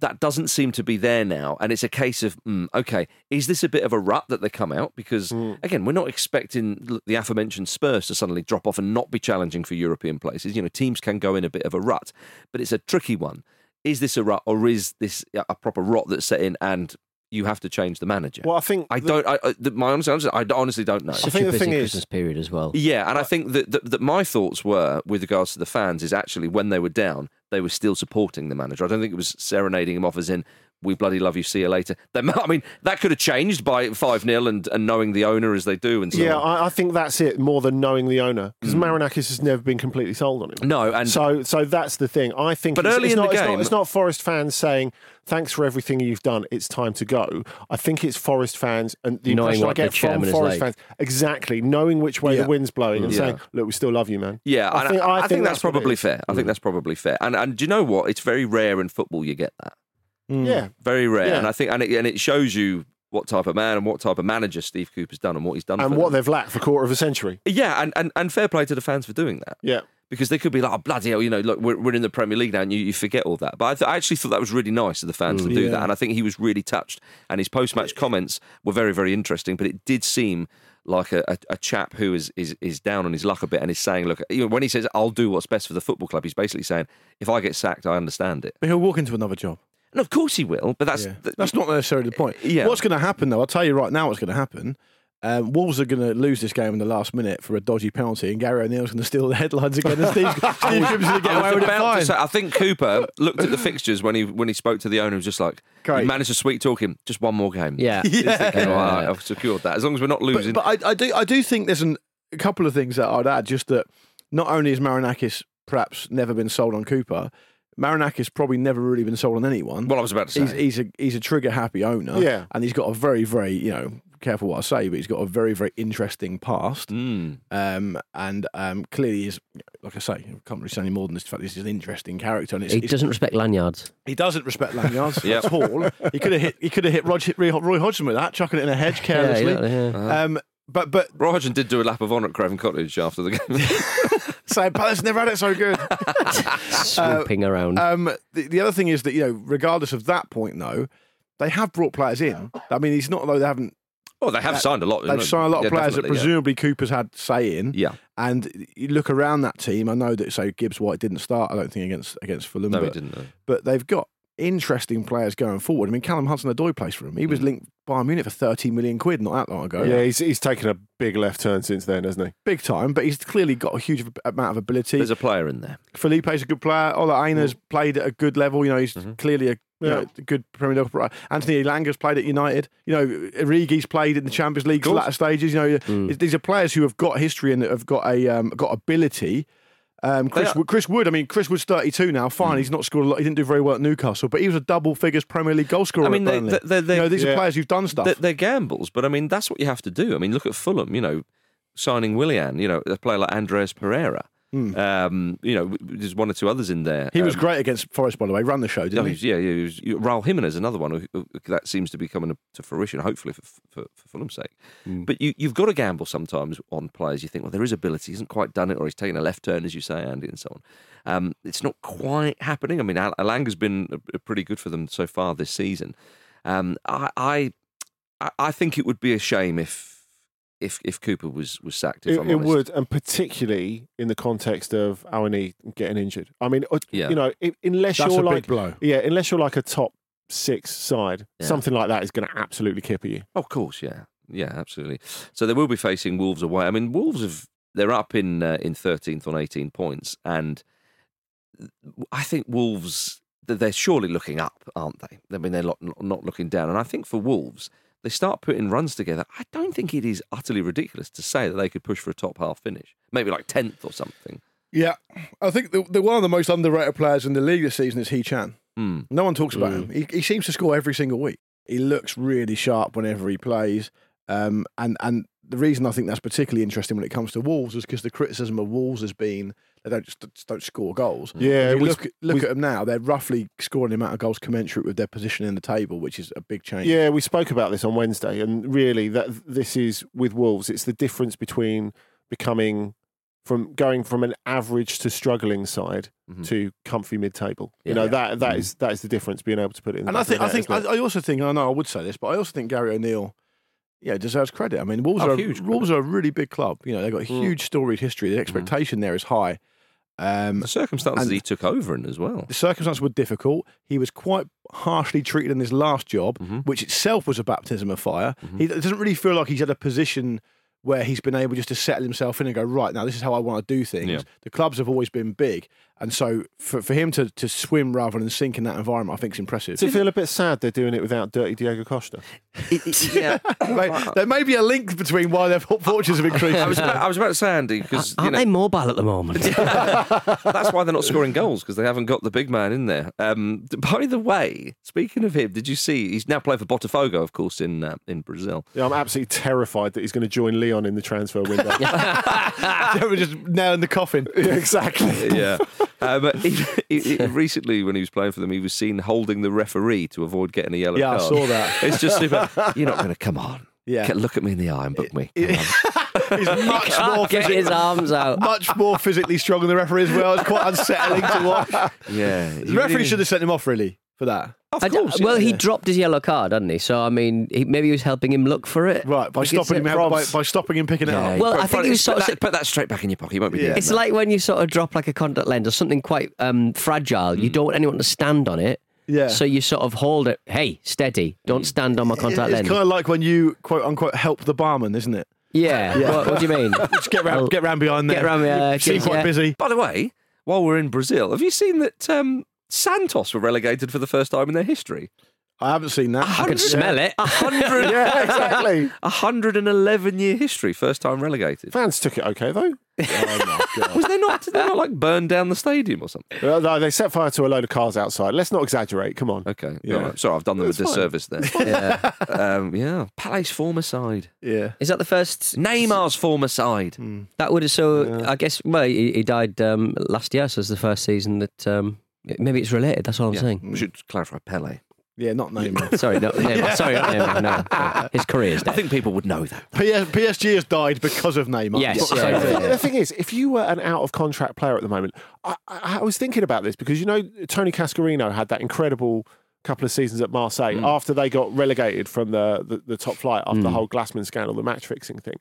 that doesn't seem to be there now and it's a case of mm, okay is this a bit of a rut that they come out because Hmm. again we're not expecting the aforementioned Spurs to suddenly drop off and not be challenging for European places you know teams can go in a bit of a rut but it's a tricky one is this a rut or is this a proper rot that's set in and you have to change the manager? Well, I think I don't. I, I, the, my honest answer, I honestly don't know. Such a busy Christmas period as well. Yeah, and I think that, that that my thoughts were with regards to the fans is actually when they were down, they were still supporting the manager. I don't think it was serenading him off as in "We bloody love you, see you later." They, might- I mean, that could have changed by five 0 and and knowing the owner as they do and so yeah, on. Mm. I, I think that's it more than knowing the owner because Maranakis has never been completely sold on him. No, and- so so that's the thing. I think, But it's, early it's in not, the it's game- not, it's not Forest fans saying thanks for everything you've done. It's time to go. I think it's Forest fans and the Knowing impression I what the get from chairman is Forest like. fans exactly knowing which way Yeah. the wind's blowing and Yeah. saying, "Look, we still love you, man." Yeah, and I think, I, think, that's, what it probably is. Mm. fair. I think that's probably fair. And and do you know what? It's very rare in football you get that. Mm. Yeah. Very rare. Yeah. And I think and it, and it shows you what type of man and what type of manager Steve Cooper's done and what he's done. And Um, for what them. they've lacked for a quarter of a century. Yeah, and, and, and fair play to the fans for doing that. Yeah. Because they could be like, oh, bloody hell, you know, look, we're, we're in the Premier League now and you, you forget all that. But I, th- I actually thought that was really nice of the fans Mm. to do Yeah. that. And I think he was really touched. And his post match comments were very, very interesting. But it did seem like a, a, a chap who is, is, is down on his luck a bit and is saying, look, you know, when he says, I'll do what's best for the football club, he's basically saying, if I get sacked, I understand it. But he'll walk into another job. And of course he will. But that's. th- That's not necessarily the point. Yeah. What's going to happen, though, I'll tell you right now what's going to happen. Um, Wolves are going to lose this game in the last minute for a dodgy penalty, and Gary O'Neill's going to steal the headlines again. And Steve, Steve Gibbs is going to get I was away with it about to fine. say, I think Cooper looked at the fixtures when he when he spoke to the owner. He was just like, Great. he managed to sweet talk him. Just one more game. Yeah. He's thinking, Yeah. "All right, I've secured that. As long as we're not losing. But, but I, I do I do think there's an, a couple of things that I'd add. Just that not only has Maranakis perhaps never been sold on Cooper, Maranakis probably never really been sold on anyone. Well, I was about to say. he's, he's a he's a trigger happy owner. Yeah. and he's got a very very you know careful what I say, but he's got a very very interesting past. Mm. Um, and um, clearly is like I say, I can't really say any more than this. fact, this is an interesting character, and it's, He it's- doesn't respect lanyards. he doesn't respect lanyards Yep. at all. He could have hit. He could have hit Roger, Roy Hodgson with that, chucking it in a hedge carelessly. exactly, yeah. Um, but but Roy Hodgson Uh-huh. did do a lap of honour at Craven Cottage after the game. saying Palace never had it so good. Uh, Swooping around. um, the, the other thing is that you know, regardless of that point, though, they have brought players in. I mean, it's not though they haven't. oh, they have that- signed a lot. They've signed a lot of players that presume. presumably Cooper's had say in. Yeah. And you look around that team. I know that so Gibbs White didn't start. I don't think against against Fulham. No, but, he didn't. no. But they've got interesting players going forward. I mean, Callum Hudson-Odoi plays for him. He Mm. was linked by Munich for thirty million quid not that long ago. Yeah, he's, he's taken a big left turn since then, hasn't he? Big time, but he's clearly got a huge amount of ability. There's a player in there. Felipe's a good player. Ola Aina's played at a good level. You know, he's Mm-hmm. clearly a you Mm. Yeah. know, a good Premier League player. Anthony Langer's played at United. You know, Origi's played in the Champions League Of course. latter stages. You know, Mm. it- these are players who have got history and have got a um, got ability. Um, Chris, are- Mm. Wo- Chris Wood, I mean, Chris Wood's 32 now. Fine, he's not scored a lot. He didn't do very well at Newcastle, but he was a double figures Premier League goal scorer. I mean, at they- Burnley. they- they- they- you know, these Yeah. are players who've done stuff. They're, they're gambles, but I mean, that's what you have to do. I mean, look at Fulham, you know, signing Willian, you know, a player like Andres Pereira. Hmm. Um, you know, there's one or two others in there. He was Um, great against Forest, by the way. Ran the show, yeah, didn't he was- yeah, yeah. He was, you- Raul Jimenez, another one who, who- that seems to be coming to fruition, hopefully for, for, for Fulham's sake. But you, you've got to gamble sometimes on players. You think, well, there is ability, he hasn't quite done it, or he's taken a left turn, as you say, Andy, and so on. Um, it's not quite happening. I mean, Al- Alanga's been uh, pretty good for them so far this season. Um, I, I, I- I think it would be a shame if if if Cooper was was sacked. If It, I'm it honest. would, and particularly in the context of Awani getting injured. I mean, uh, Yeah. you know, i unless That's you're a big like, blow. yeah, unless you're like a top six side, Yeah. something like that is going to absolutely kipper you. Of course, yeah, yeah, absolutely. So they will be facing Wolves away. I mean, Wolves have they're up in uh, in thirteenth on eighteen points, and I think Wolves th- they're surely looking up, aren't they? I mean, they're not not looking down, and I think for Wolves they start putting runs together. I don't think it is utterly ridiculous to say that they could push for a top half finish, maybe like tenth or something. Yeah, I think the, the one of the most underrated players in the league this season is He Chan. Hmm. Mm. No one talks about him. He, he seems to score every single week. He looks really sharp whenever he plays. Um, and and the reason I think that's particularly interesting when it comes to Wolves is because the criticism of Wolves has been they don't just just don't score goals. Hmm. Yeah, If you we- look look we- at them now. They're roughly scoring the amount of goals commensurate with their position in the table, which is a big change. Yeah, we spoke about this on Wednesday, and really, that this is with Wolves. It's the difference between becoming from going from an average to struggling side to comfy mid-table. Mm-hmm. Yeah. you know that Mm-hmm. that is that is the difference. Being able to put it in. The And I back of think the I net, think isn't it? I, I also think I know I would say this, but I also think Gary O'Neill, yeah, deserves credit. I mean, Wolves Oh, are huge credit. Wolves are a really big club. You know, they've got a Mm. huge storied history. The expectation there is high. Um, The circumstances And- he took over in as well. the circumstances were difficult. He was quite harshly treated in his last job, Mm-hmm. which itself was a baptism of fire. He it doesn't really feel like he's had a position where he's been able just to settle himself in and go, right, now this is how I want to do things. Yeah. The clubs have always been big. And so for, for him to, to swim rather than sink in that environment, I think is impressive. Does it feel a bit sad they're doing it without Dirty Diego Costa? yeah, Mate, there may be a link between why their fort- fortunes have increased. I was about, I was about to say Andy because you Aren't know, they mobile at the moment? That's why they're not scoring goals because they haven't got the big man in there. Um, d- by the way, speaking of him, did you see he's now playing for Botafogo, of course, in uh, in Brazil. Yeah, I'm absolutely terrified that he's going to join Leon in the transfer window. they were just nailing the coffin. exactly. Yeah, uh, but he, he- he- recently when he was playing for them, he was seen holding the referee to avoid getting a yellow Yeah, I card. saw that. It's just super. You're not going to come on. Yeah. Get- look at me in the eye and book me. Come on. He's much more Get his physical. arms out. Much more physically strong than the referee as well. It's quite unsettling to watch. yeah, The referee should have sent him off really for that. Of I d- course, well, yeah. he dropped his yellow card, didn't he? So I mean, he, maybe he was helping him look for it. Right, by Like, it's- stopping him Rob's- by, by stopping him picking Yeah, it up. Well, put- I think put he was it- sort put of that, put that straight back in your pocket. You won't be. Yeah. Yeah. It's like when you sort of drop like a contact lens or something quite um, fragile. Mm. You don't want anyone to stand on it. Yeah. So you sort of hold it. Hey, steady. Don't stand on my It- contact it's lens. kind of like when you quote unquote help the barman, isn't it? yeah. What, what do you mean? Just get round, get round behind there. Oh. Get round behind, You seem yeah. quite busy. By the way, while we're in Brazil, have you seen that um, Santos were relegated for the first time in their history? I haven't seen that. I can smell it. A hundred, yeah, exactly. a hundred and eleven year history, first time relegated. Oh, Fans took it okay though. Was they not? Did they not like burn down the stadium or something? Well, no, they set fire to a load of cars outside. Let's not exaggerate. Come on. Okay, Yeah. all right. sorry, I've done them It's a fine. disservice there. Yeah, um, yeah. Pele's former side, Yeah. Is that the first? Neymar's former side. That would have so. I guess. Well, he, he died um, last year, so it's the first season that. Um, maybe it's related. That's all I'm Yeah. saying. We should clarify Pele. Yeah, not Neymar. Sorry, no, Neymar. sorry, not Neymar, no, no. His career's I dead. think people would know that. PS- PSG has died because of Neymar. Yes. Not- The Yeah. thing- The thing is, if you were an out of contract player at the moment, I, I I was thinking about this because you know Tony Cascarino had that incredible couple of seasons at Marseille after they got relegated from the, the, the top flight after the whole Glassman scandal, the match fixing thing.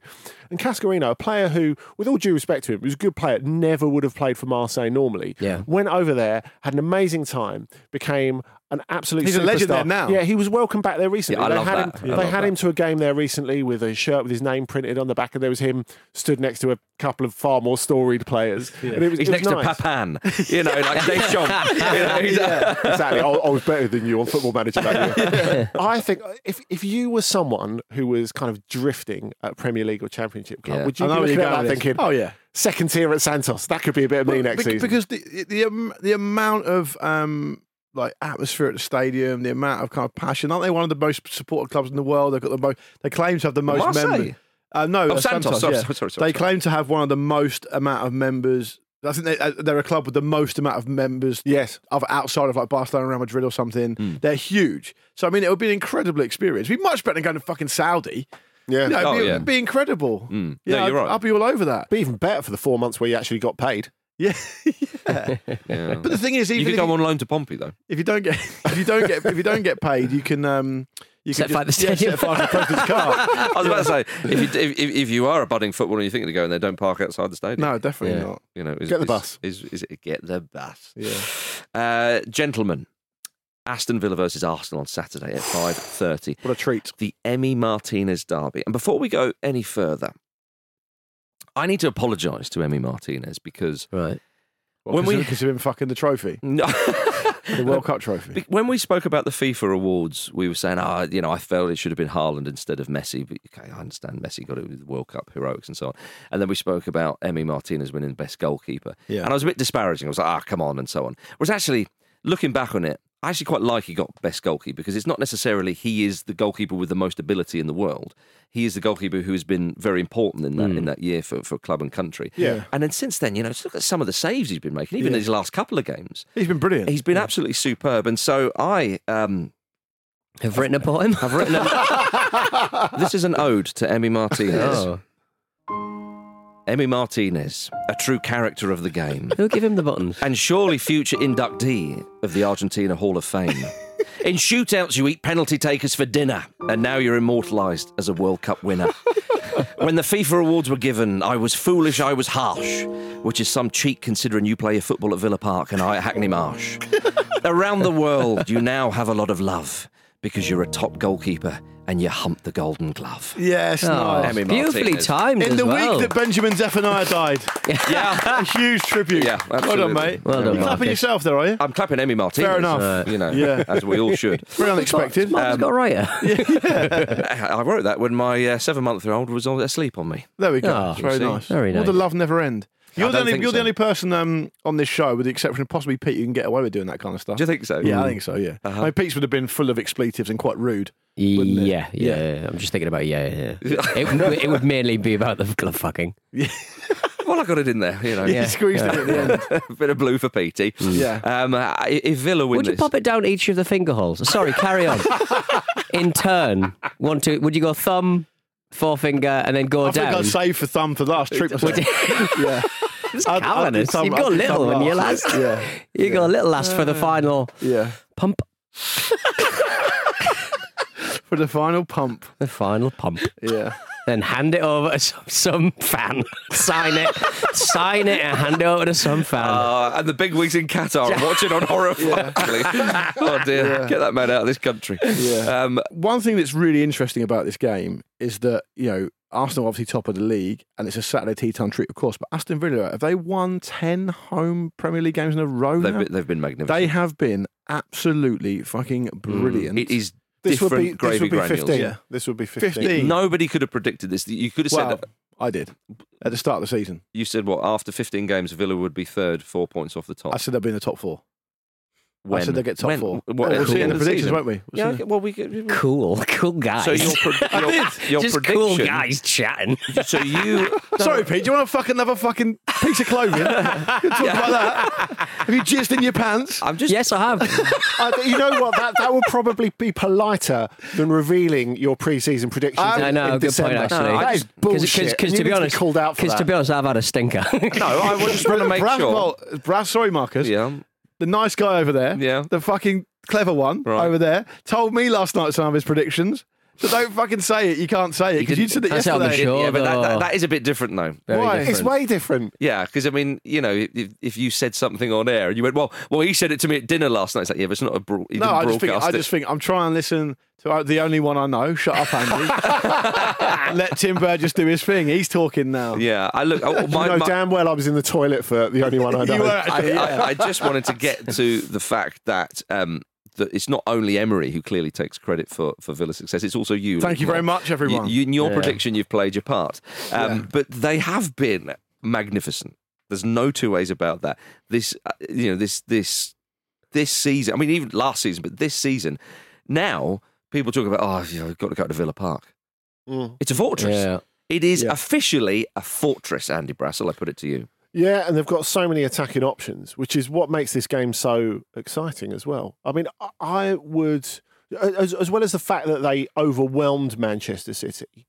And Cascarino, a player who, with all due respect to him, was a good player, never would have played for Marseille normally. Yeah. Went over there, had an amazing time, became an absolute He's a legend superstar. there now. Yeah, he was welcomed back there recently. Yeah, I they love had that. him I they love had that. him to a game there recently with a shirt with his name printed on the back, and there was him stood next to a couple of far more storied players. And it was, He's it was next nice. to Papan, you know, like Deschamps. You know, he's- exactly. I, I was better than you on Football Manager that year. I think uh, if if you were someone who was kind of drifting at Premier League or Championship club, Yeah. would I you be know where looking you're at going that with this. thinking, Oh, yeah. second tier at Santos? That could be a bit of me Well, next bec- season." Because the the um, the amount of um like atmosphere at the stadium, the amount of kind of passion. Aren't they one of the most supported clubs in the world? They've got the most. They claim to have the most Marseille? members. Uh, no, Oh, uh, Santos. Santos. Sorry, yeah. sorry, sorry, sorry, they sorry. claim to have one of the most amount of members I think they, uh, they're a club with the most amount of members. Yes, of outside of like Barcelona, Real Madrid, or something. Hmm. They're huge. So I mean, it would be an incredible experience. It'd be much better than going to fucking Saudi. Yeah. You know, it'd Oh, be, yeah. it'd be incredible. Mm. Yeah, No, you're I'd- right. I'd be all over that. Be even better for the four months where you actually got paid. Yeah. Yeah. But the thing is, you even could if go you- on loan to Pompey though. If you don't get, if you don't get, if you don't get paid, you can um, you Set can fire just- to the yeah, stadium. set fire to the president's car. I was about to say, if you, if, if if you are a budding footballer and you're thinking of going there, don't park outside the stadium. No, definitely not. You know, is, Get the is- bus. Is, is, it get the bus? Yeah. Uh, gentlemen, Aston Villa versus Arsenal on Saturday at five thirty. What a treat! The Emmy Martinez derby. And before we go any further, I need to apologise to Emmy Martinez because right When we because you've been fucking the trophy, no, the World Cup trophy. Be- When we spoke about the FIFA awards, we were saying, ah, you know, I felt it should have been Haaland instead of Messi. But okay, I understand Messi got it with World Cup heroics and so on. And then we spoke about Emmy Martinez winning Best Goalkeeper. Yeah. And I was a bit disparaging. I was like, ah, come on, and so on. Whereas actually, looking back on it, I actually quite like he got Best Goalkeeper because it's not necessarily he is the goalkeeper with the most ability in the world. He is the goalkeeper who has been very important in Mm. that in that year for, for club and country. Yeah. And then since then, you know, just look at some of the saves he's been making, even Yeah. in his last couple of games. He's been brilliant. He's been absolutely superb, and so I um, have written about him. I've written. A, this is an ode to Emmy Martinez. Oh. Emmy Martinez, a true character of the game, Who give him the buttons? and surely future inductee of the Argentina Hall of Fame. In shootouts, you eat penalty takers for dinner, and now you're immortalised as a World Cup winner. when the FIFA awards were given, I was foolish, I was harsh, which is some cheek considering you play your football at Villa Park and I at Hackney Marsh. Around the world, you now have a lot of love because you're a top goalkeeper and you hump the golden glove. Yes, Oh, nice. Emmy beautifully Martinez. timed In as the well. week that Benjamin Zephaniah died, Yeah. a huge tribute. Yeah, Well absolutely. done, mate. Well done, You're clapping Marcus. yourself there, are you? I'm clapping Emmy Martinez. Fair enough. You know, Yeah. as we all should. Um, Very unexpected. Martin's got a writer. I wrote that when my uh, seven-month-old was all asleep on me. There we go. Ah, It's very Oh, see. nice. Very Will nice. the love never end? You're the don't only think you're the so. only person um, on this show, with the exception of possibly Pete, who can get away with doing that kind of stuff. Do you think so? Uh-huh. Yeah, I think so. Yeah, I mean, Pete's would have been full of expletives and quite rude. wouldn't it? Yeah, yeah, yeah. I'm just thinking about yeah, yeah. it, would- it would mainly be about the glove fucking. Well, I got it in there, you know. He squeezed it at the end. a bit of blue for Petey. Yeah. Um, I- if Villa win Would you this, pop it down each of the finger holes? Sorry, carry on. In turn, one, two. Would you go thumb, forefinger, and then go I think down? I'd save for thumb for last. Treat myself. yeah, It's I'd- I'd do calamitous. thumb- you I'd go do little thumb when you last. last. Yeah, Uh. You go little last for the final yeah. pump. For the final pump. The final pump. Yeah. Then hand it over to some, some fan. sign it. sign it and hand it over to some fan. Uh, and the big wigs in Qatar are watching on horror. oh dear, get that man out of this country. Yeah. Um, One thing that's really interesting about this game is that you know Arsenal obviously top of the league, and it's a Saturday tea time treat, of course. But Aston Villa have they won ten home Premier League games in a row? they've now? been, they've been magnificent. Mm. They have been absolutely fucking brilliant. It is This would different be this gravy would be granules. fifteen. Yeah. This would be fifteen. 15. Nobody could have predicted this. You could have said Well, I did at the start of the season. you said what after 15 games Villa would be third, four points off the top. I said they'll be in the top four. When? I said they'll get top When? four. What- Oh, we'll at the see in end the of the predictions, season? won't we? We'll yeah, see okay, well we could. cool, cool guys. So your, pre- your, your just prediction. cool guys chatting. So you in- Sorry, Pete. Do you want to fucking another fucking piece of clothing? you talk about that. Have you jizzed in your pants? I'm just yes, I have. I th- you know what? That that would probably be politer than revealing your pre-season predictions. I in- know, in good December. point actually. that is bullshit. Because You to need be honest, be called out for Because that. to be honest, I've had a stinker. no. I was just want to make Brass, sure. well, Brass, sorry, Marcus. yeah. The nice guy over there. Yeah. The fucking clever one Right. over there told me last night some of his predictions. So don't fucking say it. You can't say it because you didn't- said it I said on the yesterday. show. yeah, but that, that, Although- that is a bit different though. Very Why? different. It's way different. Yeah, because I mean, you know, if, if you said something on air and you went, well, well, he said it to me at dinner last night. It's like, yeah, but it's not a broad. No, I just think I it. just think I'm trying to listen to uh, the only one I know. Shut up, Andy. Let Tim Bird just do his thing. He's talking now. Yeah, I look. oh, my, you know my- damn well I was in the toilet for the only one I know. You were actually, I, yeah. I just wanted to get to the fact that um, that it's not only Emery who clearly takes credit for for Villa's success. It's also you. Thank you very much, everyone. You, you- in your prediction, you've played your part. Um, But they have been magnificent. There's no two ways about that. This, uh, you know, this this this season. I mean, even last season, but this season. Now people talk about, oh, you know, I've got to go to Villa Park. Mm. It's a fortress. Yeah. It is Yeah. officially a fortress, Andy Brassel. I put it to you. Yeah, and they've got so many attacking options, which is what makes this game so exciting as well. I mean, I- I would, as, as well as the fact that they overwhelmed Manchester City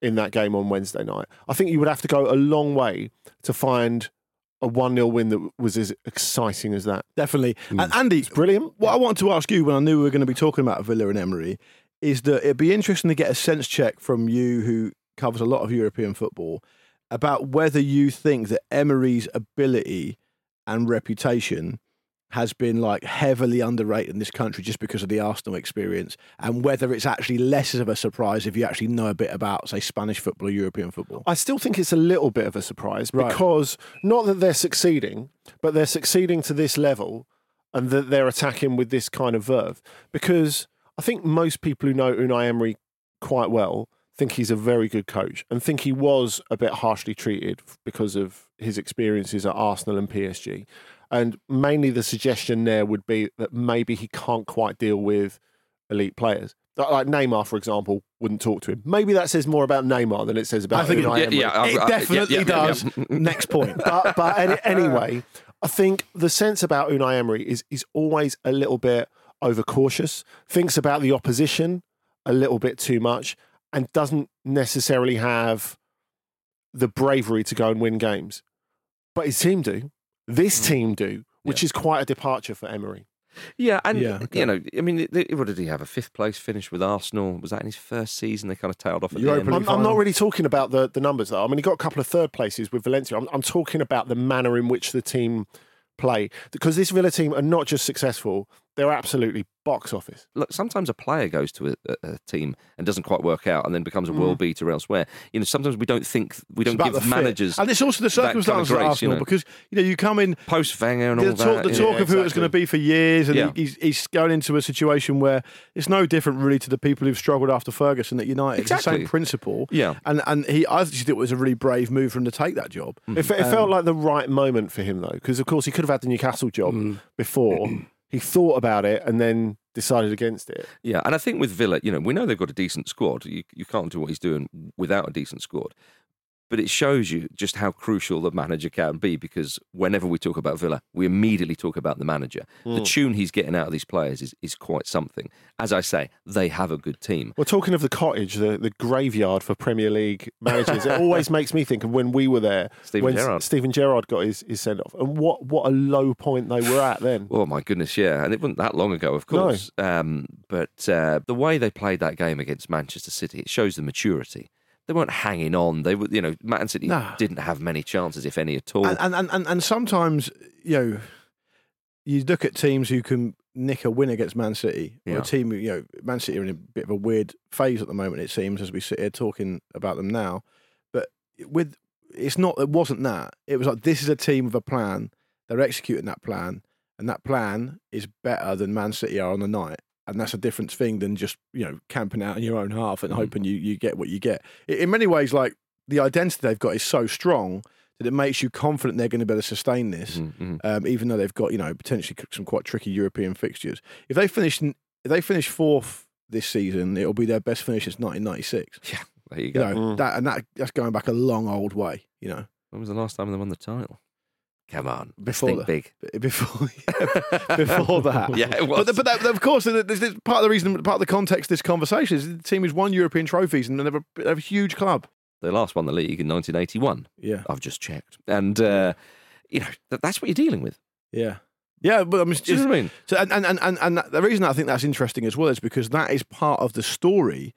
in that game on Wednesday night, I think you would have to go a long way to find a 1 0 win that was as exciting as that. Definitely. And Andy, it's brilliant. What I wanted to ask you when I knew we were going to be talking about Villa and Emery is that it'd be interesting to get a sense check from you, who covers a lot of European football, about whether you think that Emery's ability and reputation has been like heavily underrated in this country just because of the Arsenal experience and whether it's actually less of a surprise if you actually know a bit about say Spanish football or European football. I still think it's a little bit of a surprise Right. because not that they're succeeding, but they're succeeding to this level and that they're attacking with this kind of verve. Because I think most people who know Unai Emery quite well think he's a very good coach and think he was a bit harshly treated f- because of his experiences at Arsenal and PSG. And mainly the suggestion there would be that maybe he can't quite deal with elite players. Like like Neymar, for example, wouldn't talk to him. Maybe that says more about Neymar than it says about I think it, Unai yeah, Emery. yeah, it definitely does. Next point. but but any, anyway, I think the sense about Unai Emery is he's always a little bit overcautious, thinks about the opposition a little bit too much, and doesn't necessarily have the bravery to go and win games. But his team do. Mm. This team do, which is quite a departure for Emery. Yeah, and Yeah, okay. you know, I mean, it- it- what did he have? A fifth place finish with Arsenal? Was that in his first season? They kind of tailed off at the end. I'm, I'm not really talking about the, the numbers though. I mean, he got a couple of third places with Valencia. I'm, I'm talking about the manner in which the team play because this Villa team are not just successful; they're absolutely box office. Look, sometimes a player goes to a, a, a team and doesn't quite work out, and then becomes a Mm. world beater elsewhere. You know, sometimes we don't think we don't It's about give the fit. managers, and it's also the that kind of circumstances at grace, you Arsenal know. because you know you come in post Wenger and the all talk, that. the you know. talk of who it's going to be for years, and Yeah. he, he's, he's going into a situation where it's no different really to the people who've struggled after Ferguson at United. It's the Exactly. same principle. Yeah. and and he I actually think it was a really brave move for him to take that job. Mm-hmm. Mm. It, fe- it Um, felt like the right moment for him though, because of course he could have had the Newcastle job Mm. before. he thought about it and then decided against it. Yeah, and I think with Villa, you know, we know they've got a decent squad. You you can't do what he's doing without a decent squad. But it shows you just how crucial the manager can be because whenever we talk about Villa, we immediately talk about the manager. The Hmm. Mm. tune he's getting out of these players is, is quite something. As I say, they have a good team. Well, talking of the cottage, the, the graveyard for Premier League managers, it always makes me think of when we were there, Stephen when Gerrard. Stephen Gerrard got his, his send off, and what what a low point they were at Hmm. then. Oh my goodness, yeah, and it wasn't that long ago, of No. course. Um, but uh, the way they played that game against Manchester City, it shows the maturity. They weren't hanging on. They were, you know, Man City No. didn't have many chances, if any at all. And, and, and, and, and sometimes, you know, you look at teams who can nick a win against Man City, or Yeah. a team, who, you know, Man City are in a bit of a weird phase at the moment, it seems, as we sit here talking about them now. But with it's not, it wasn't that. It was like, this is a team with a plan. They're executing that plan, and that plan is better than Man City are on the night. And that's a different thing than just, you know, camping out in your own half Mm. and hoping you, you get what you get. I- In many ways, like the identity they've got is so strong that it makes you confident they're going to be able to sustain this, Mm-hmm, um, even though they've got you know potentially c- some quite tricky European fixtures. If they finish, n- if they finish fourth this season, it'll be their best finish since 1996. Yeah, there you you go. Mm. know, that Uh, and that that's going back a long old way. You know, When was the last time they won the title? Come on, let's Before think the- big. b- before before that, Yeah, it But, was. the- but that, of course, th- this, this, part of the reason, part of the context of this conversation is the team has won European trophies and they're a, they're a huge club. They last won the league in 1981. Yeah. I've just checked, and uh, you know th- that's what you're dealing with. Yeah. Yeah, but I mean, Do you know what I mean? So, and, and, and, and, and the reason I think that's interesting as well is because that is part of the story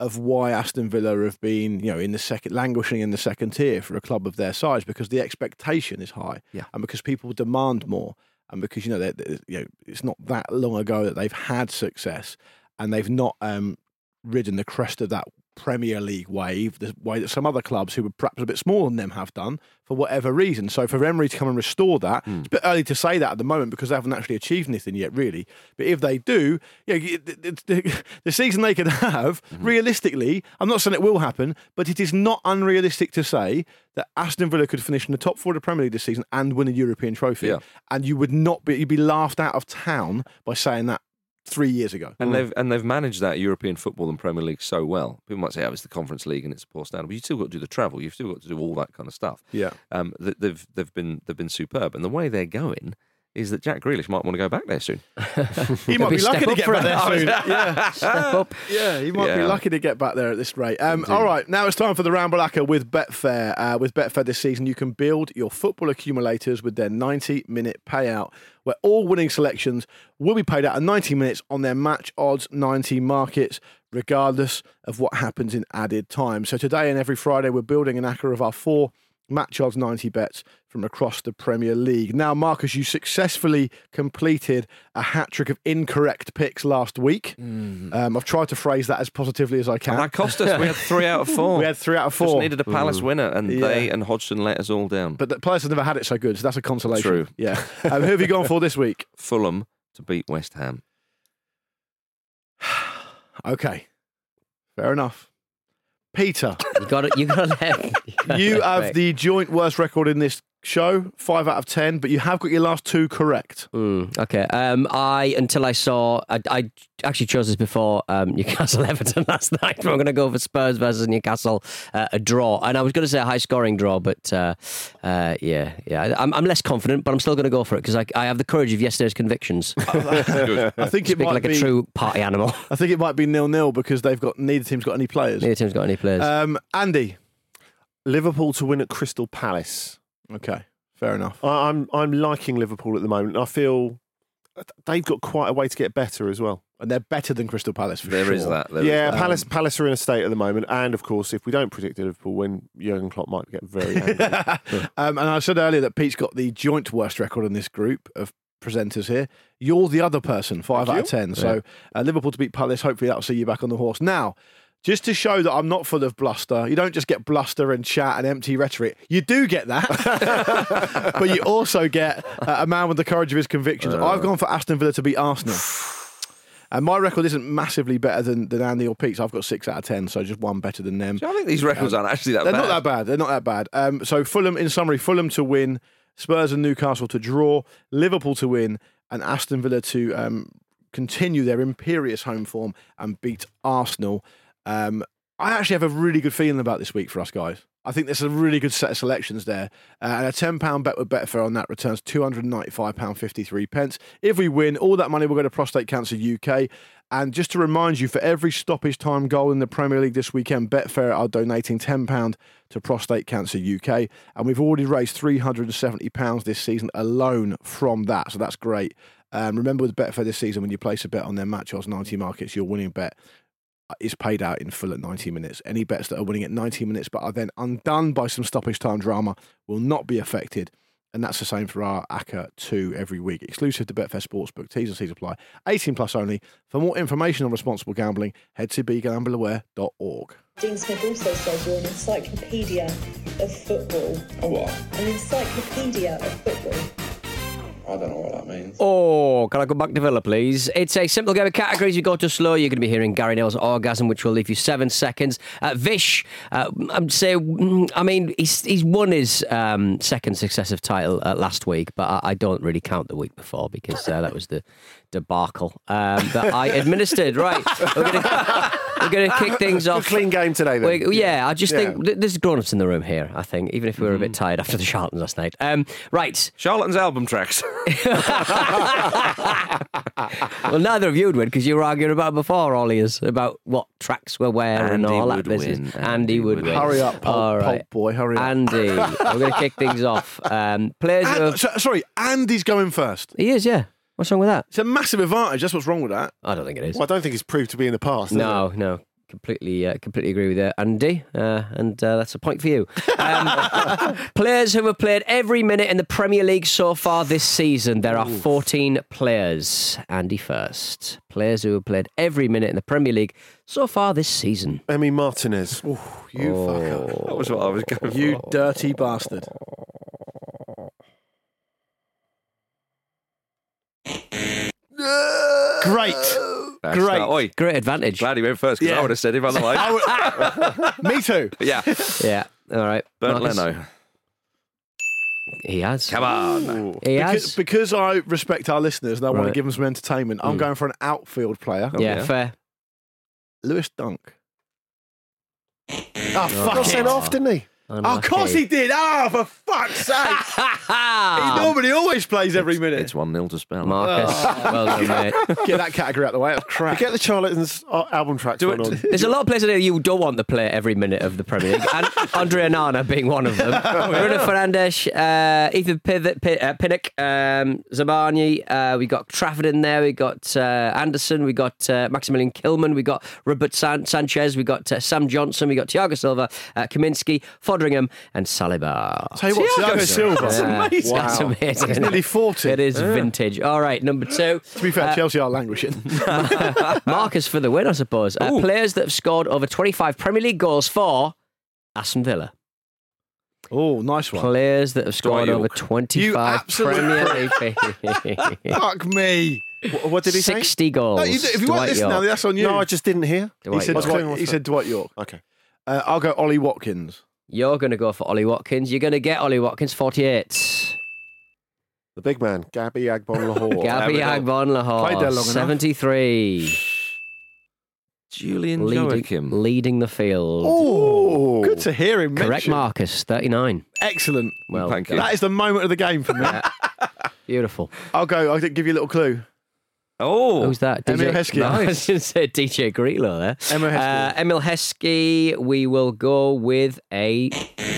of why Aston Villa have been, you know, in the second, languishing in the second tier for a club of their size because the expectation is high, Yeah. and because people demand more, and because you know, they're, they're- you know, it's not that long ago that they've had success, and they've not um, ridden the crest of that Premier League wave, the way that some other clubs who were perhaps a bit smaller than them have done for whatever reason. So for Emery to come and restore that, Hmm. it's a bit early to say that at the moment because they haven't actually achieved anything yet, really. But if they do, you know, y- the, the, the season they could have, Mm-hmm. realistically, I'm not saying it will happen, but it is not unrealistic to say that Aston Villa could finish in the top four of the Premier League this season and win a European trophy. Yeah. And you would not be, you'd be laughed out of town by saying that three years ago. And they've and they've managed that European football and Premier League so well. People might say, "Oh, it's the Conference League and it's a poor standard," but you've still got to do the travel. You've still got to do all that kind of stuff. Yeah. Um, th- they've they've been they've been superb, and the way they're going is that Jack Grealish might want to go back there soon. he might be lucky to get back there soon. yeah. Oh, Step up. Yeah, he might be Yeah. lucky to get back there at this rate. Um, all right, now it's time for the Ramble Acca with Betfair. Uh, with Betfair this season, you can build your football accumulators with their 90 minute payout, where all winning selections will be paid out in 90 minutes on their match odds 90 markets. Regardless of what happens in added time. So, today and every Friday, we're building an acca of our four match odds 90 bets from across the Premier League. Now, Marcus, you successfully completed a hat trick of incorrect picks last week. Um, I've tried to phrase that as positively as I can. And that cost us. We had three out of four. we had three out of Just four. needed a Palace winner, and Yeah. they and Hodgson let us all down. But the Palace have never had it so good, so that's a consolation. True. Yeah. Um, who have you gone for this week? Fulham to beat West Ham. Okay. Fair enough. Peter, You got it. You got to let. gotta you let have Rick. the joint worst record in this show, five out of 10, but you have got your last two correct. Mm, okay. Um, I until I saw I, I actually chose this before um, Newcastle Everton last night. But I'm going to go for Spurs versus Newcastle uh, a draw, and I was going to say a high scoring draw, but uh, uh, yeah, yeah, I- I'm, I'm less confident, but I'm still going to go for it because I, I have the courage of yesterday's convictions. Good. I think it Speak might like be a true party animal. I think it might be nil nil because they've got neither team's got any players. Neither team's got any players. Um, Andy. Liverpool to win at Crystal Palace. Okay, fair enough. I, I'm I'm liking Liverpool at the moment. I feel they've got quite a way to get better as well. And they're better than Crystal Palace for There sure. is that. there is yeah, that. Palace Palace are in a state at the moment, and of course, if we don't predict a Liverpool win, Jurgen Klopp might get very angry. Um, and I said earlier that Pete's got the joint worst record in this group of presenters here. You're the other person, five out of ten. So uh, Liverpool to beat Palace. Hopefully that'll see you back on the horse. Now, just to show that I'm not full of bluster, you don't just get bluster and chat and empty rhetoric. You do get that, but you also get uh, a man with the courage of his convictions. I've gone for Aston Villa to beat Arsenal. And my record isn't massively better than, than Andy or Pete's. I've got six out of ten, so just one better than them. Um, I think these records aren't actually that They're bad. not that bad. They're not that bad. Um, so Fulham, in summary, Fulham to win, Spurs and Newcastle to draw, Liverpool to win, and Aston Villa to um, continue their imperious home form and beat Arsenal. Um, I actually have a really good feeling about this week for us guys. I think there's a really good set of selections there, uh, and a ten pound bet with Betfair on that returns two hundred ninety five pound fifty three pence. If we win, all that money will go to Prostate Cancer UK. And just to remind you, for every stoppage time goal in the Premier League this weekend, Betfair are donating £10 to Prostate Cancer UK. And we've already raised £370 this season alone from that. So that's great. Um, remember with Betfair this season, when you place a bet on their match odds 90 markets, your winning bet is paid out in full at 90 minutes. Any bets that are winning at 90 minutes but are then undone by some stoppage time drama will not be affected. And that's the same for our ACCA 2 every week. Exclusive to Betfair Sportsbook. T's and C's apply. 18 plus only. For more information on responsible gambling, head to begambleaware.org. Dean Smith also says you're an encyclopedia of football. A what? An encyclopedia of football. I don't know what that means. Oh, can I go back to Villa, please? It's a simple game of categories. You go too slow, you're going to be hearing Gary Neil's orgasm, which will leave you seven seconds. Uh, Vish, uh, I'd say, mm, I mean, he's, he's won his um, second successive title uh, last week, but I, I don't really count the week before because uh, that was the debacle um, that I administered. Right, we're going to. We're going to kick things Good off. clean game today, then. We're- yeah, I just Yeah. Mm-hmm. think th- there's grown-ups in the room here. I think, even if we were a bit tired after the Charlton last night. Um, right, Charlton's album tracks. well, neither of you would win because you were arguing about before, Ollie, is about what tracks were where and Andy all would that business. win, Andy, Andy would would win. win. Hurry up, pulp, All right. pulp boy. Hurry up. Andy, we're going to kick things off. Um, players who And, have... so, sorry, Andy's going first. He is, yeah. What's wrong with that? It's a massive advantage. That's what's wrong with that. I don't think it is. Well, I don't think it's proved to be in the past. has No, no. Completely, uh, completely agree with you, Andy, uh, and uh, that's a point for you. Um, players who have played every minute in the Premier League so far this season. There are 14 players. Andy first. Players who have played every minute in the Premier League so far this season. Oh. it? Emi Martinez. You fucker. that was what I was going for. You dirty bastard. Great. That's Great. that- Oi, Great advantage. glad he went first because Yeah. I would have said it otherwise. I would- Me too. yeah, Yeah. All right. Burnt Marcus. Leno. He has. Come on. He because, has. because I respect our listeners and I want to Right. give them some entertainment. I'm Mm. going for an outfield player, yeah, fair. Lewis Dunk. Oh, Oh. fuck Got it. sent off, didn't he? Oh, of course he did. Oh, Ah, for fuck's sake. he normally always plays every minute. Ah. It's 1 0 to spell. Ah. Marcus, well done, mate. Get that category out the way. That's crap. Get the Charlatans uh, album track Do on. it- There's a lot of players that you don't want to play every minute of the Premier League, and Andre Anana being one of them. Um, Bruno Fernandes, uh, Ethan Pith- P- uh, Pinnock, um, Zabani. Uh, we got Trafford in there. We got uh, Anderson. We got uh, Maximilian Kilman. We got Robert San- Sanchez. We got uh, Sam Johnson. We got Thiago Silva, uh, Kaminsky, Fodringham, and Saliba. Tell you what, Thiago Silva. That's amazing. Wow. That's amazing. He's isn't it? nearly 40. It is vintage. All right, number two. To be fair, Chelsea are languishing. Marcus for the win, I suppose. Uh, players that have scored over 25 Premier League goals for Aston Villa. oh, nice one. Players that have Dwight scored over Yorke. 25 absolute Premier League. Fuck me. What, what did he say? 60 goals. No, you, if you want Dwight this now, Yorke. that's on you. No, I just didn't hear. Dwight he said Yorke. Dwight, he said Dwight York. Okay. Uh, I'll go Ollie Watkins. You're going to go for Ollie Watkins. You're going to get Ollie Watkins, 48. The big man, Gabby Agbon Lahore. Gabby Aberdeen. Agbon Played there Lahore, long enough. 73. Julian Leading, Joachim. leading the field. Oh, good to hear him. Correct, mentioned. Marcus, 39. Excellent. Well, Thank you. done. That is the moment of the game for me. beautiful. I'll go. I'll give you a little clue. Oh. Who's that? Emil DJ Heskey. No, I was going to say DJ Grillo there. Emil Heskey. Uh, Emil Heskey. We will go with a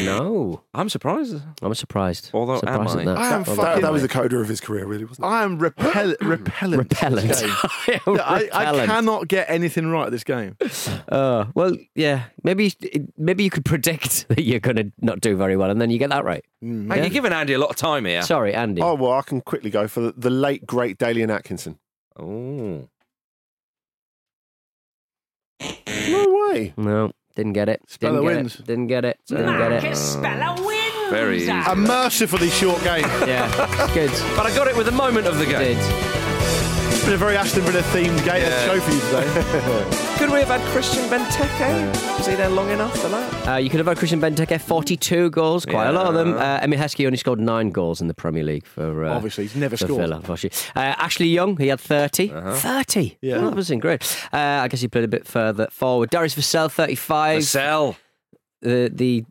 no. I'm surprised. I'm surprised. Although, am surprised I? at that. I am Although- fucking- That, that was the coda of his career, really, wasn't I am repel- repellent. repellent. This game. I am Yeah, I, I repellent. cannot get anything right at this game. Uh, well, yeah. Maybe, maybe you could predict that you're going to not do very well, and then you get that right. Hey, Mm. You're giving Andy a lot of time here. Sorry, Andy. it? Oh, well, I can quickly go for the, the late, great Dalian Atkinson. Oh. No way. No, didn't get it. Speller didn't get wins. it. Didn't get it. Didn't get it. Very easy. A mercifully short game. Yeah, it's good. But I got it with the moment of the You game. did. It's been a very Aston Villa themed game uh, Yeah. show for you today. Could we have had Christian Benteke? Was he there long enough for that? Uh, you could have had Christian Benteke, 42 goals, quite a lot of them. Uh, Yeah. Emil Heskey only scored nine goals in the Premier League for uh, Obviously, he's never for scored. Villa, obviously. Uh, Ashley Young, he had 30. Uh-huh. 30? Yeah. Oh, that was great. Uh, I guess he played a bit further forward. Darius Vassell, 35. Vassell. The, the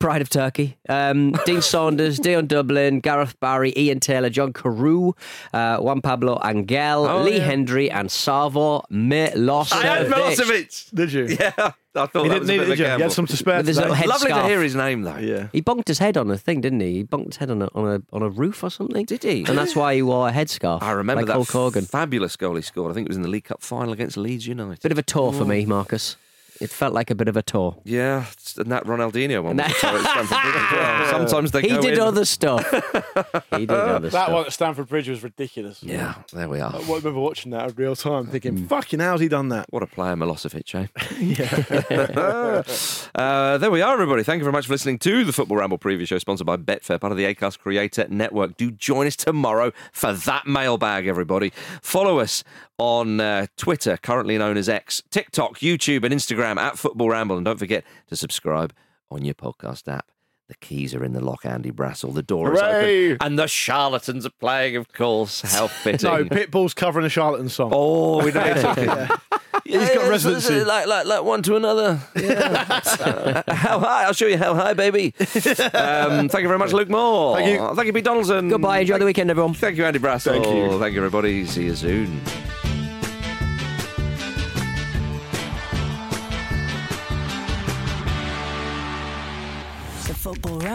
pride of Turkey. Um, Dean Saunders, Dion Dublin, Gareth Barry, Ian Taylor, John Carew, uh, Juan Pablo Angel, Oh, Lee yeah. Hendry, and Savo Milosevic. I had Milosevic. Did you? Yeah, I thought that He didn't was a need bit it, of a did you? He gamble. had some to spare. But there's a today. little head Lovely to scarf. hear his name though. Yeah. He bonked his head on a thing, didn't he? He bonked his head on a on a on a roof or something. Did he? And that's why he wore a headscarf. I remember like that Hulk Hogan. fabulous goal he scored. I think it was in the League Cup final against Leeds United. Bit of a tour for me, Marcus. It felt like a bit of a tour. yeah, it's- and that Ronaldinho one. And was so expensive as well. Sometimes they He go did in. other stuff. he did other Uh, that stuff. one at Stamford Bridge was ridiculous. Yeah, there we are. I remember watching that in real time, thinking, Hmm. "Fucking how's he done that?" What a player, Milosevic, eh? uh, there we are, everybody. Thank you very much for listening to the Football Ramble preview show, sponsored by Betfair, part of the Acast Creator Network. Do join us tomorrow for that mailbag, everybody. Follow us on uh, Twitter, currently known as X, TikTok, YouTube, and Instagram at Football Ramble. And don't forget to subscribe on your podcast app. The keys are in the lock, Andy Brassel. The door is Hooray! open. And the charlatans are playing, of course. How fitting. No, Pitbull's covering a charlatan song. Oh, we don't need to He's got residency. Like, like, like one to another. Yeah. how high? I'll show you how high, baby. Um, thank you very much, Luke Moore. Thank you. Thank you, Pete Donaldson. Goodbye. Enjoy the weekend, everyone. Thank you, Andy Brassel. Thank you. Oh, Thank you, everybody. See you soon. The Football